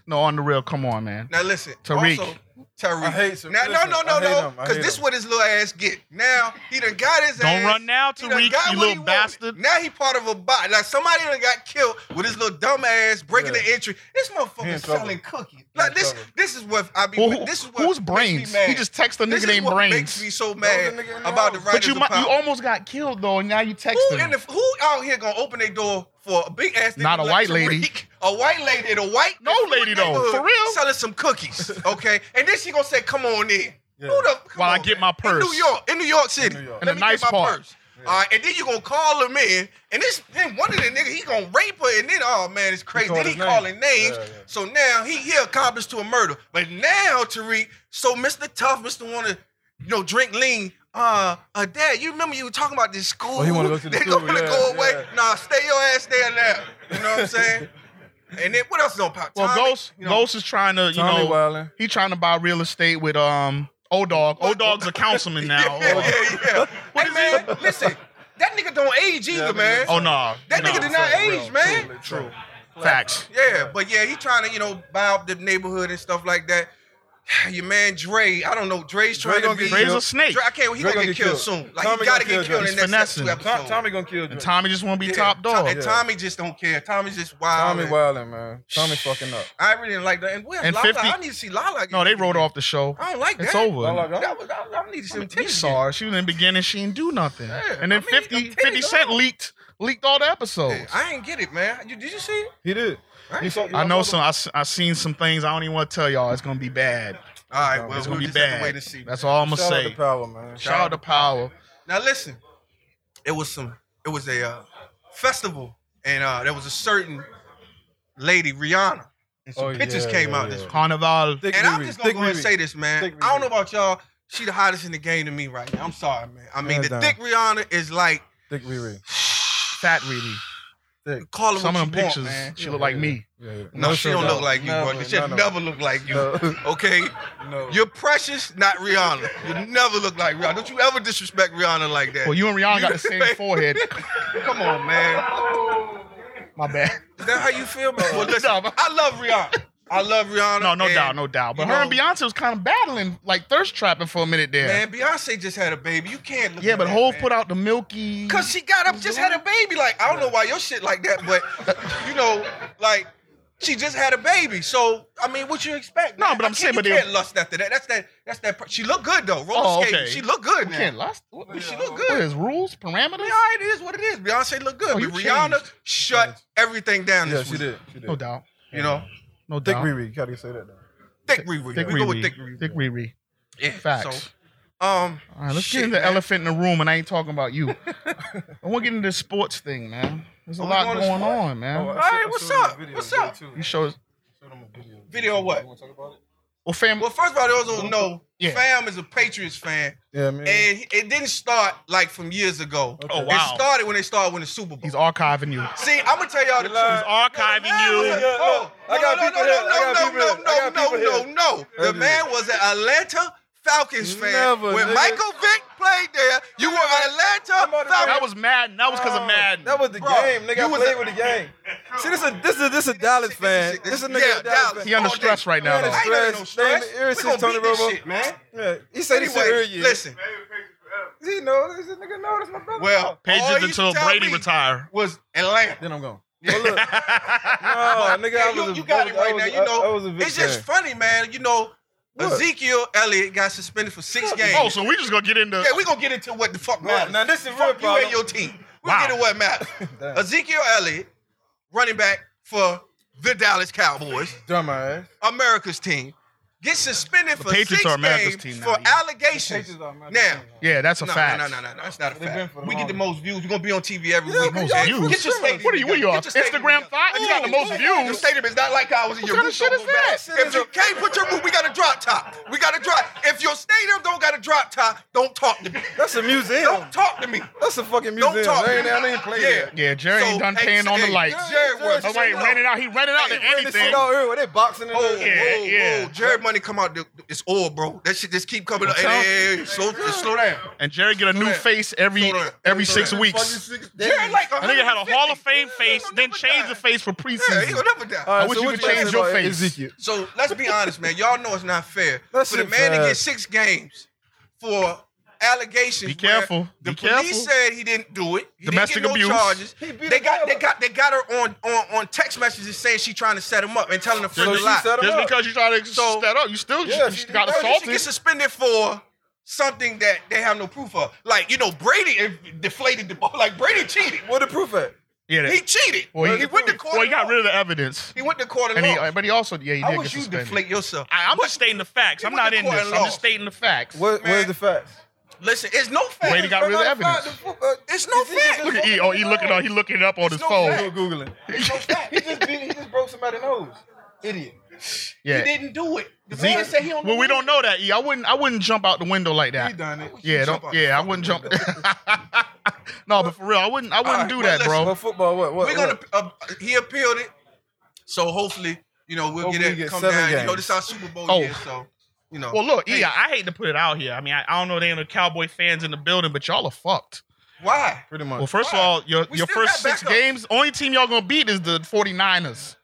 Speaker 1: no, on the real. Come on, man.
Speaker 3: Now listen,
Speaker 1: Tariq.
Speaker 3: Also, Tariq.
Speaker 4: I hate Tariq.
Speaker 3: Now, no, no,
Speaker 4: Listen,
Speaker 3: no,
Speaker 4: I hate
Speaker 3: no,
Speaker 4: him. I
Speaker 3: because
Speaker 4: hate
Speaker 3: this
Speaker 4: him.
Speaker 3: what his little ass get. Now he done got his ass.
Speaker 1: Don't run now,
Speaker 3: He done
Speaker 1: Tariq,
Speaker 3: got
Speaker 1: you
Speaker 3: what
Speaker 1: little
Speaker 3: he wanted.
Speaker 1: bastard.
Speaker 3: Now he part of a bot. Like somebody done got killed with his little dumb ass breaking
Speaker 4: Yeah.
Speaker 3: the entry. This
Speaker 4: He
Speaker 3: motherfucker
Speaker 4: in trouble.
Speaker 3: selling cookies. Like this,
Speaker 4: trouble.
Speaker 3: this is what I be.
Speaker 1: Well, who-
Speaker 3: this is what
Speaker 1: who's
Speaker 3: makes me
Speaker 1: brains?
Speaker 3: mad.
Speaker 1: He just texted a
Speaker 3: This
Speaker 1: nigga
Speaker 3: is
Speaker 1: named
Speaker 3: what
Speaker 1: Brains.
Speaker 3: Makes me so
Speaker 4: That
Speaker 3: mad
Speaker 4: was a nigga in the
Speaker 3: about the
Speaker 4: house.
Speaker 3: writers
Speaker 1: But you
Speaker 3: of
Speaker 1: might,
Speaker 3: power.
Speaker 1: you almost got killed though, and now you
Speaker 3: Who
Speaker 1: texting.
Speaker 3: in the,
Speaker 1: him.
Speaker 3: who out here gonna open their door for a big ass? nigga
Speaker 1: Not a
Speaker 3: like
Speaker 1: white
Speaker 3: Tariq?
Speaker 1: lady.
Speaker 3: A white lady, the white
Speaker 1: No
Speaker 3: in the
Speaker 1: lady, though.
Speaker 3: neighborhood
Speaker 1: For real?
Speaker 3: selling some cookies. Okay, and then she gonna say, "Come on in." Who the? come
Speaker 1: While I
Speaker 3: on,
Speaker 1: get
Speaker 3: man.
Speaker 1: my
Speaker 3: in
Speaker 1: purse.
Speaker 3: New York, in New York City,
Speaker 4: In New York.
Speaker 1: In
Speaker 3: Let
Speaker 1: a
Speaker 3: me
Speaker 1: nice
Speaker 3: get my
Speaker 1: part.
Speaker 3: purse. All right, and then you gonna call him in, and this then one of the niggas he gonna rape her, and then oh man, it's crazy.
Speaker 4: called
Speaker 3: then he
Speaker 4: his name.
Speaker 3: calling names,
Speaker 4: Yeah, yeah.
Speaker 3: so now he he accomplice to a murder. But now Tariq, so Mr. Tough, Mr. Wanna, you know, drink lean. uh, uh, Dad, you remember you were talking about this school?
Speaker 4: Oh, he wanna go to the
Speaker 3: they
Speaker 4: school,
Speaker 3: gonna
Speaker 4: yeah,
Speaker 3: go away.
Speaker 4: yeah.
Speaker 3: Nah, stay your ass there now. You know what I'm saying? and then what else is on pop?
Speaker 1: Well,
Speaker 3: Tommy,
Speaker 1: Ghost,
Speaker 3: you know,
Speaker 1: Ghost is trying to, you
Speaker 4: Tommy
Speaker 1: know,
Speaker 4: Wildin.
Speaker 1: he trying to buy real estate with um Old Dog. Old Dog's a councilman now.
Speaker 3: Yeah,
Speaker 1: oh,
Speaker 3: yeah, yeah. hey man, listen, that nigga don't age either,
Speaker 4: Yeah,
Speaker 3: man.
Speaker 1: Oh, no, nah,
Speaker 3: That nigga
Speaker 1: nah.
Speaker 3: did not age, man.
Speaker 4: True.
Speaker 1: Facts.
Speaker 3: Yeah, but yeah, he trying to you know buy up the neighborhood and stuff like that. Your man Dre, I don't know. Dre's
Speaker 4: Dre
Speaker 3: trying to
Speaker 4: gonna
Speaker 3: be.
Speaker 4: get
Speaker 1: Dre's a
Speaker 4: killed.
Speaker 1: snake.
Speaker 3: Dre, I can't. He
Speaker 4: Dre
Speaker 3: gonna, get, killed, soon. Like
Speaker 4: Tommy
Speaker 3: he gotta
Speaker 4: gonna
Speaker 3: get
Speaker 4: kill
Speaker 3: killed
Speaker 4: Dre.
Speaker 3: in the next
Speaker 1: He's
Speaker 3: two
Speaker 1: finessing.
Speaker 3: episodes.
Speaker 4: Tommy gonna kill Dre.
Speaker 1: And Tommy just want to be top dog.
Speaker 3: And Tommy just don't care. Tommy's just wild.
Speaker 4: Tommy Wildin, man. Tommy fucking up.
Speaker 3: I really didn't like that. And where's
Speaker 1: And
Speaker 3: Lala?
Speaker 1: 50
Speaker 3: I need to see Lala. Again.
Speaker 1: no, they wrote off the show.
Speaker 3: I don't like that.
Speaker 1: It's over.
Speaker 4: Lala gone?
Speaker 3: That was, I, I need to see him.
Speaker 1: They saw her. She was in the beginning. She didn't do nothing.
Speaker 3: Yeah,
Speaker 1: and then
Speaker 3: I mean, I'm
Speaker 1: 50,
Speaker 3: telling
Speaker 1: 50
Speaker 3: you,
Speaker 1: Cent
Speaker 3: dog.
Speaker 1: leaked leaked all the episodes.
Speaker 3: I ain't get it, man. You, did you see it?
Speaker 4: He did.
Speaker 3: Right.
Speaker 4: You saw- you
Speaker 1: I know
Speaker 4: saw
Speaker 1: some. I, s- I seen some things. I don't even want to tell y'all. It's gonna be bad.
Speaker 3: All right, well,
Speaker 1: It's
Speaker 3: we'll
Speaker 1: gonna be
Speaker 3: just have
Speaker 1: bad.
Speaker 3: to wait and see.
Speaker 1: That's all I'm
Speaker 4: the-
Speaker 1: gonna
Speaker 4: Shout out to
Speaker 1: say.
Speaker 4: Power, man.
Speaker 1: Shout out to Power.
Speaker 3: Now listen, it was some. It was a uh, festival, and uh, there was a certain lady, Rihanna, and some
Speaker 4: Oh,
Speaker 3: pictures
Speaker 4: yeah,
Speaker 3: came
Speaker 4: yeah,
Speaker 3: out
Speaker 4: yeah.
Speaker 3: this. week.
Speaker 1: Carnival.
Speaker 4: Thick
Speaker 3: And I'm
Speaker 4: Riri.
Speaker 3: just gonna
Speaker 4: Thick
Speaker 3: go ahead and
Speaker 4: Riri.
Speaker 3: say this, man.
Speaker 4: Thick
Speaker 3: I don't know
Speaker 4: Riri.
Speaker 3: about y'all. She the hottest in the game to me right now. I'm sorry, man. I mean,
Speaker 4: Hands
Speaker 3: the
Speaker 4: down.
Speaker 3: thick Rihanna is like
Speaker 4: Thick Riri.
Speaker 1: Fat really.
Speaker 3: call her
Speaker 1: Some
Speaker 3: what
Speaker 1: of them
Speaker 3: you want,
Speaker 1: pictures.
Speaker 3: man.
Speaker 1: she look like me.
Speaker 4: Yeah, yeah.
Speaker 3: No, she don't
Speaker 4: no,
Speaker 3: look like you,
Speaker 4: no,
Speaker 3: bro. She
Speaker 4: no, no.
Speaker 3: never look like you.
Speaker 4: No.
Speaker 3: Okay,
Speaker 4: No.
Speaker 3: you're precious, not Rihanna. You never look like Rihanna. Don't you ever disrespect Rihanna like that?
Speaker 1: Well, you and Rihanna got the same forehead.
Speaker 3: Come on, man.
Speaker 1: My bad.
Speaker 3: Is that how you feel, man? Well, listen,
Speaker 1: No, but-
Speaker 3: I love Rihanna. I love Rihanna.
Speaker 1: No, no
Speaker 3: and,
Speaker 1: doubt, no doubt. But
Speaker 3: you
Speaker 1: her
Speaker 3: know-
Speaker 1: and Beyonce was kind of battling, like thirst trapping for a minute there.
Speaker 3: Man, Beyonce just had a baby. You can't look
Speaker 1: yeah,
Speaker 3: at
Speaker 1: but
Speaker 3: that,
Speaker 1: Hove
Speaker 3: man.
Speaker 1: put out the Milky.
Speaker 3: Cause she got up, just had a baby. Like I don't know why your shit like that, but you know, like she just had a baby. So I mean, what you expect?
Speaker 1: No,
Speaker 3: man?
Speaker 1: but I'm
Speaker 3: I can't-
Speaker 1: saying,
Speaker 3: you
Speaker 1: but they-
Speaker 3: can't lust after that. That's that. That's that. pr- She look good though. Roller
Speaker 1: Oh,
Speaker 3: skating.
Speaker 1: okay.
Speaker 3: She look good
Speaker 1: You
Speaker 3: now.
Speaker 1: can't last. What,
Speaker 3: She look
Speaker 1: what
Speaker 3: good.
Speaker 1: is rules, parameters?
Speaker 3: I mean, all right, it is what it is. Beyonce look good,
Speaker 1: Oh, you
Speaker 3: but Rihanna
Speaker 1: changed.
Speaker 3: shut
Speaker 4: Yes.
Speaker 3: everything down.
Speaker 4: Yeah,
Speaker 3: this
Speaker 4: she
Speaker 3: week,
Speaker 4: did. She did.
Speaker 1: No doubt.
Speaker 3: You know,
Speaker 1: No
Speaker 4: Thick
Speaker 1: doubt.
Speaker 4: Riri. You gotta say that. Though.
Speaker 3: thick Riri.
Speaker 1: Thick
Speaker 3: we go with thick
Speaker 1: Riri.
Speaker 3: Riri.
Speaker 1: Thick Riri.
Speaker 3: Yeah,
Speaker 1: Facts.
Speaker 3: So, um,
Speaker 1: All right, let's
Speaker 3: shit,
Speaker 1: get into the
Speaker 3: man.
Speaker 1: elephant in the room, and I ain't talking about you. I want to get into the sports thing, man. There's a
Speaker 3: Are we
Speaker 1: lot
Speaker 3: Oh, going
Speaker 1: going,
Speaker 3: to sport?
Speaker 1: on, man.
Speaker 4: Oh, I
Speaker 3: All
Speaker 4: showed-
Speaker 3: right,
Speaker 4: I
Speaker 3: what's
Speaker 4: showed him
Speaker 3: up?
Speaker 4: a video
Speaker 3: What's
Speaker 4: today,
Speaker 3: up?
Speaker 1: You
Speaker 4: too.
Speaker 1: show
Speaker 4: Showed him a video.
Speaker 3: Video of what?
Speaker 4: You wanna talk about it?
Speaker 1: well, fam.
Speaker 3: Well, first of all, those who don't know,
Speaker 1: Yeah.
Speaker 3: Fam is a Patriots fan,
Speaker 4: Yeah, man.
Speaker 3: and he- it didn't start like from years ago.
Speaker 1: oh
Speaker 3: It
Speaker 1: wow,
Speaker 3: started when they started winning the Super Bowl.
Speaker 1: he's archiving you.
Speaker 3: See, I'm gonna tell y'all the
Speaker 4: He's
Speaker 3: truth.
Speaker 1: archiving you.
Speaker 4: Yeah,
Speaker 3: Oh,
Speaker 4: look, I got
Speaker 3: no, no,
Speaker 4: people
Speaker 3: no,
Speaker 4: here. I got people
Speaker 3: no,
Speaker 4: here.
Speaker 3: no,
Speaker 4: I got
Speaker 3: no,
Speaker 4: people
Speaker 3: no,
Speaker 4: here.
Speaker 3: no, no. The
Speaker 4: That's
Speaker 3: man was an Atlanta Falcons fan.
Speaker 4: Never,
Speaker 3: when
Speaker 4: nigga.
Speaker 3: Michael Vick played there, you were an
Speaker 4: I'm on
Speaker 3: Atlanta
Speaker 4: the
Speaker 1: That
Speaker 3: Falcons.
Speaker 1: was Madden. That was because of
Speaker 4: Oh,
Speaker 1: Madden.
Speaker 4: That was the
Speaker 3: Bro,
Speaker 4: game, nigga.
Speaker 3: you
Speaker 4: I
Speaker 3: was
Speaker 4: played
Speaker 3: a-
Speaker 4: with the game. See, this is this is this a Dallas
Speaker 3: shit, this
Speaker 4: fan.
Speaker 3: shit,
Speaker 4: This
Speaker 3: this
Speaker 4: is a
Speaker 3: shit.
Speaker 4: nigga
Speaker 3: Yeah,
Speaker 4: a Dallas
Speaker 3: Dallas.
Speaker 1: he under
Speaker 3: all day.
Speaker 1: stress right now,
Speaker 4: Man,
Speaker 1: though.
Speaker 3: I ain't under no
Speaker 4: Stress, name,
Speaker 3: stress.
Speaker 4: ever
Speaker 3: We
Speaker 4: since
Speaker 3: gonna
Speaker 4: Tony
Speaker 3: beat this
Speaker 4: Romo.
Speaker 3: shit, man.
Speaker 4: fan. Yeah, he said this shit
Speaker 3: Anyway,
Speaker 4: earlier.
Speaker 3: listen.
Speaker 4: he knows this is nigga know this my brother.
Speaker 3: Well, all
Speaker 1: Pages
Speaker 3: you
Speaker 1: until
Speaker 3: tell
Speaker 1: Brady
Speaker 3: me
Speaker 1: retire.
Speaker 3: was Atlanta.
Speaker 4: then I'm gone. But look, No, nigga,
Speaker 3: Yeah,
Speaker 4: I was
Speaker 3: you,
Speaker 4: a,
Speaker 3: you got
Speaker 4: I
Speaker 3: it
Speaker 4: was-
Speaker 3: right
Speaker 4: I was-
Speaker 3: now.
Speaker 4: I-
Speaker 3: You know,
Speaker 4: I was a big
Speaker 3: it's just
Speaker 4: fan.
Speaker 3: funny, man. You know,
Speaker 4: What?
Speaker 3: Ezekiel Elliott got suspended for six games.
Speaker 1: oh, so we just gonna get into
Speaker 3: yeah, we gonna get into what the fuck
Speaker 4: Now-
Speaker 3: matters.
Speaker 4: now this is real
Speaker 3: fuck you
Speaker 4: problem.
Speaker 3: and your team. We will
Speaker 1: Wow.
Speaker 3: get into what matters.
Speaker 4: Damn.
Speaker 3: Ezekiel Elliott, running back for the Dallas Cowboys,
Speaker 4: dumbass.
Speaker 3: America's team, gets suspended for
Speaker 1: Patriots
Speaker 3: six
Speaker 1: are America's
Speaker 3: games
Speaker 1: team now,
Speaker 3: for
Speaker 1: yeah.
Speaker 3: allegations.
Speaker 4: Patriots are America's
Speaker 3: now.
Speaker 4: team now.
Speaker 1: yeah. That's a
Speaker 3: No,
Speaker 1: fact.
Speaker 3: no, no, no, no, that's not a
Speaker 4: They've been
Speaker 3: fact.
Speaker 4: for the
Speaker 3: We get the most
Speaker 4: longest.
Speaker 3: views. We're gonna be on TV every
Speaker 4: Yeah,
Speaker 3: week.
Speaker 4: most
Speaker 3: man.
Speaker 1: views.
Speaker 3: Get your statement.
Speaker 1: What are you? What are you?
Speaker 3: together.
Speaker 1: Our
Speaker 3: Get your statement
Speaker 1: Instagram
Speaker 3: together.
Speaker 1: five? You got the most
Speaker 3: The
Speaker 1: views.
Speaker 3: stadium is not like ours in your
Speaker 1: kind
Speaker 3: roof
Speaker 1: of shit
Speaker 3: don't
Speaker 1: is
Speaker 3: go back.
Speaker 1: that?
Speaker 3: If you can't put your roof, we got a drop top. We got a drop. If your stadium don't got a drop top, don't talk to me.
Speaker 4: That's a museum.
Speaker 3: Don't talk to me.
Speaker 4: That's a fucking
Speaker 3: Don't
Speaker 4: museum.
Speaker 3: talk.
Speaker 4: They ain't, they ain't play
Speaker 3: Yeah.
Speaker 4: there.
Speaker 1: Yeah, Jerry ain't
Speaker 3: So,
Speaker 1: done
Speaker 3: hey,
Speaker 1: paying on the
Speaker 3: hey,
Speaker 1: lights.
Speaker 3: Jerry was.
Speaker 1: Oh wait, rented out. He rented out to
Speaker 3: Hey,
Speaker 4: They
Speaker 1: anything.
Speaker 4: sit out here where they boxing in
Speaker 3: Oh,
Speaker 4: there.
Speaker 1: Yeah,
Speaker 3: whoa,
Speaker 1: yeah.
Speaker 3: whoa. Jerry money come out. the- It's oil, bro. That shit just keep coming up. Hey,
Speaker 1: telling-
Speaker 3: hey, hey, slow, just slow down.
Speaker 1: And Jerry get a new
Speaker 3: down.
Speaker 1: face every
Speaker 3: Slow down.
Speaker 1: every
Speaker 3: Slow
Speaker 1: six
Speaker 3: down.
Speaker 1: weeks.
Speaker 3: Jerry like
Speaker 1: I think it had a Hall of Fame
Speaker 3: 150.
Speaker 1: face,
Speaker 3: He'll
Speaker 1: then
Speaker 3: never
Speaker 1: change the
Speaker 3: die.
Speaker 1: face for
Speaker 3: Yeah, he'll
Speaker 1: preseason.
Speaker 3: never die.
Speaker 4: All
Speaker 1: I wish
Speaker 4: so
Speaker 1: you
Speaker 4: what
Speaker 1: could
Speaker 4: think
Speaker 1: change your
Speaker 4: about
Speaker 1: face.
Speaker 4: Ezekiel.
Speaker 3: So let's be honest, man. Y'all know it's not fair.
Speaker 4: That
Speaker 3: for the
Speaker 4: shit
Speaker 3: man to
Speaker 4: fair.
Speaker 3: get six games for allegations.
Speaker 1: Be
Speaker 3: where
Speaker 1: careful.
Speaker 3: The
Speaker 1: Be
Speaker 3: police
Speaker 1: careful.
Speaker 3: said he didn't do it. He
Speaker 1: Domestic
Speaker 3: didn't get
Speaker 1: abuse.
Speaker 3: No charges.
Speaker 4: He beat
Speaker 3: They
Speaker 4: the
Speaker 3: got they
Speaker 4: hell
Speaker 3: got they got her on on on text messages saying she trying to set him up and telling the friend
Speaker 4: So
Speaker 3: a
Speaker 4: she
Speaker 3: lie.
Speaker 4: set him
Speaker 1: Just
Speaker 4: up.
Speaker 1: because you try to
Speaker 3: So-
Speaker 1: set up, you still
Speaker 4: Yeah,
Speaker 1: you
Speaker 4: she
Speaker 1: got
Speaker 4: did that.
Speaker 3: She
Speaker 1: assaulted.
Speaker 3: get suspended for something that they have no proof of. Like you know, Brady deflated the ball. Like Brady cheated.
Speaker 4: Where the proof at?
Speaker 1: Yeah, that-
Speaker 3: He cheated.
Speaker 1: Well,
Speaker 3: he,
Speaker 1: he-
Speaker 3: went to court.
Speaker 1: well, he
Speaker 3: and
Speaker 1: got
Speaker 3: lost.
Speaker 1: rid of the evidence.
Speaker 3: He went to court and,
Speaker 1: And he,
Speaker 3: lost.
Speaker 1: but he also, yeah, he
Speaker 3: I
Speaker 1: did get
Speaker 3: wish you
Speaker 1: suspended.
Speaker 3: deflate yourself.
Speaker 1: I, I'm just stating the facts.
Speaker 3: He
Speaker 1: I'm
Speaker 3: went
Speaker 1: not
Speaker 3: to
Speaker 1: in
Speaker 3: court
Speaker 1: this.
Speaker 3: and
Speaker 1: I'm
Speaker 3: lost.
Speaker 1: just stating the facts.
Speaker 4: Where, where's the facts?
Speaker 3: Listen, it's no fact.
Speaker 1: Brady got rid of the evidence.
Speaker 4: uh,
Speaker 3: It's no fact.
Speaker 1: Look at E. Oh, he looking up. He looking it up on his
Speaker 3: no
Speaker 1: phone.
Speaker 3: fact.
Speaker 4: Googling.
Speaker 3: It's no fact.
Speaker 4: He just beat, he just broke somebody's nose. Idiot.
Speaker 1: Yeah.
Speaker 5: He didn't do it. The
Speaker 1: Zeke-
Speaker 5: man said he don't.
Speaker 1: Well,
Speaker 5: do
Speaker 1: we
Speaker 5: it.
Speaker 1: don't know that. E. I wouldn't. I wouldn't jump out the window like
Speaker 6: You
Speaker 1: that.
Speaker 6: done it.
Speaker 1: Yeah,
Speaker 6: Jump
Speaker 1: don't,
Speaker 6: out the
Speaker 1: yeah, I
Speaker 6: fucking
Speaker 1: wouldn't jump.
Speaker 6: window.
Speaker 1: no, but for real, I wouldn't. I wouldn't
Speaker 6: Alright,
Speaker 1: do
Speaker 6: well,
Speaker 1: that, bro.
Speaker 4: But football, what? what
Speaker 6: We're
Speaker 4: what?
Speaker 6: gonna. Uh, he appealed it, so hopefully, you know, we'll
Speaker 4: Hopefully
Speaker 6: get
Speaker 4: we
Speaker 6: it.
Speaker 4: get
Speaker 6: come
Speaker 4: seven
Speaker 6: down. You
Speaker 4: games.
Speaker 6: know, this our Super Bowl
Speaker 1: Oh.
Speaker 6: year, so you know.
Speaker 1: Well, look,
Speaker 6: Hey.
Speaker 1: yeah, I hate to put it out here. I mean, I, I don't know if they ain't no Cowboy fans in the building, but y'all are fucked.
Speaker 6: why?
Speaker 4: pretty much.
Speaker 1: Well, first
Speaker 6: Why?
Speaker 1: of all, your
Speaker 6: We
Speaker 1: your
Speaker 6: still
Speaker 1: first
Speaker 6: got
Speaker 1: six
Speaker 6: backup.
Speaker 1: games, only team y'all gonna beat is the 49ers.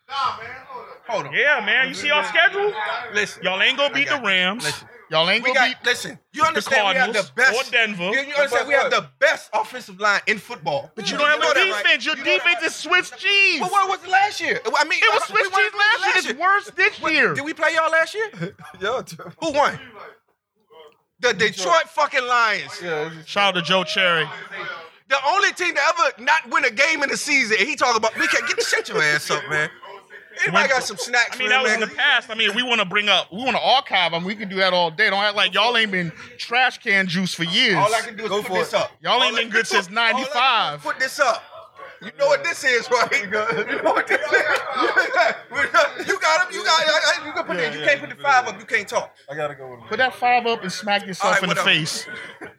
Speaker 6: Hold on.
Speaker 1: Yeah, man, you see our schedule?
Speaker 6: Listen,
Speaker 1: Y'all ain't gonna beat
Speaker 6: I got
Speaker 1: the Rams.
Speaker 6: Listen.
Speaker 1: y'all ain't
Speaker 6: we
Speaker 1: gonna
Speaker 6: got.
Speaker 1: beat
Speaker 6: listen, you
Speaker 1: the
Speaker 6: understand we have
Speaker 1: Cardinals
Speaker 6: the best.
Speaker 1: or Denver.
Speaker 6: You, you understand we have the best offensive line in football,
Speaker 1: But you don't have a
Speaker 6: know that, right?
Speaker 1: defense. Your
Speaker 6: You know that,
Speaker 1: defense
Speaker 6: right?
Speaker 1: is Swiss cheese.
Speaker 6: Well, what was it last year? I mean, uh,
Speaker 1: it was
Speaker 6: we
Speaker 1: Swiss
Speaker 6: won
Speaker 1: cheese last year. It's worse this
Speaker 6: What-
Speaker 1: year.
Speaker 6: Did we play y'all last year?
Speaker 4: Yo, Joe.
Speaker 6: Who won? The Detroit fucking Lions.
Speaker 4: yeah, it's just-
Speaker 1: Shout out to Joe Cherry.
Speaker 6: The only team to ever not win a game in the season. And he talking about we can't get shut your ass up, man. Anybody got some snacks?
Speaker 1: I mean,
Speaker 6: for
Speaker 1: that
Speaker 6: him,
Speaker 1: was in
Speaker 6: man?
Speaker 1: the past. I mean, we want to bring up, we want to archive them. We can do that all day. Don't act like y'all ain't been trash can juice for years.
Speaker 6: All I can do is
Speaker 4: Go
Speaker 6: put
Speaker 4: for
Speaker 6: this
Speaker 4: it.
Speaker 6: up.
Speaker 1: Y'all ain't
Speaker 6: All I
Speaker 1: been
Speaker 6: can
Speaker 1: good
Speaker 6: do-
Speaker 1: since
Speaker 6: all I can do is
Speaker 1: 95.
Speaker 6: Put this up. You know what this is, right? You know what this is. You got him. You got. I- I- You can put that. You can't put the five up. You can't talk.
Speaker 4: I gotta go with him.
Speaker 1: Put that five up and smack yourself
Speaker 6: All right,
Speaker 1: in the
Speaker 6: whatever.
Speaker 1: face.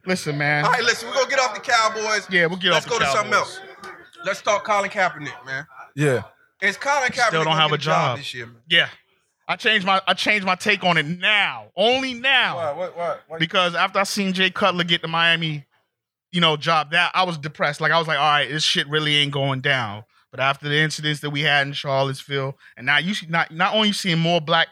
Speaker 1: Listen, man.
Speaker 6: All right, listen. We're gonna get off the Cowboys.
Speaker 1: Yeah, we'll get
Speaker 6: Let's
Speaker 1: off the
Speaker 6: go to something
Speaker 1: Cowboys.
Speaker 6: else. Let's talk Colin Kaepernick, man.
Speaker 4: Yeah,
Speaker 6: Is Colin Kaepernick
Speaker 1: don't
Speaker 6: gonna
Speaker 1: have
Speaker 6: get
Speaker 1: a job.
Speaker 6: this year, man?
Speaker 1: Yeah. I changed my I changed my take on it now. Only now.
Speaker 4: why? What? Why? why
Speaker 1: because after I seen Jay Cutler get the Miami, you know, job, that I was depressed. Like I was like, all right, this shit really ain't going down. But after the incidents that we had in Charlottesville, and now you see not not only you seeing more black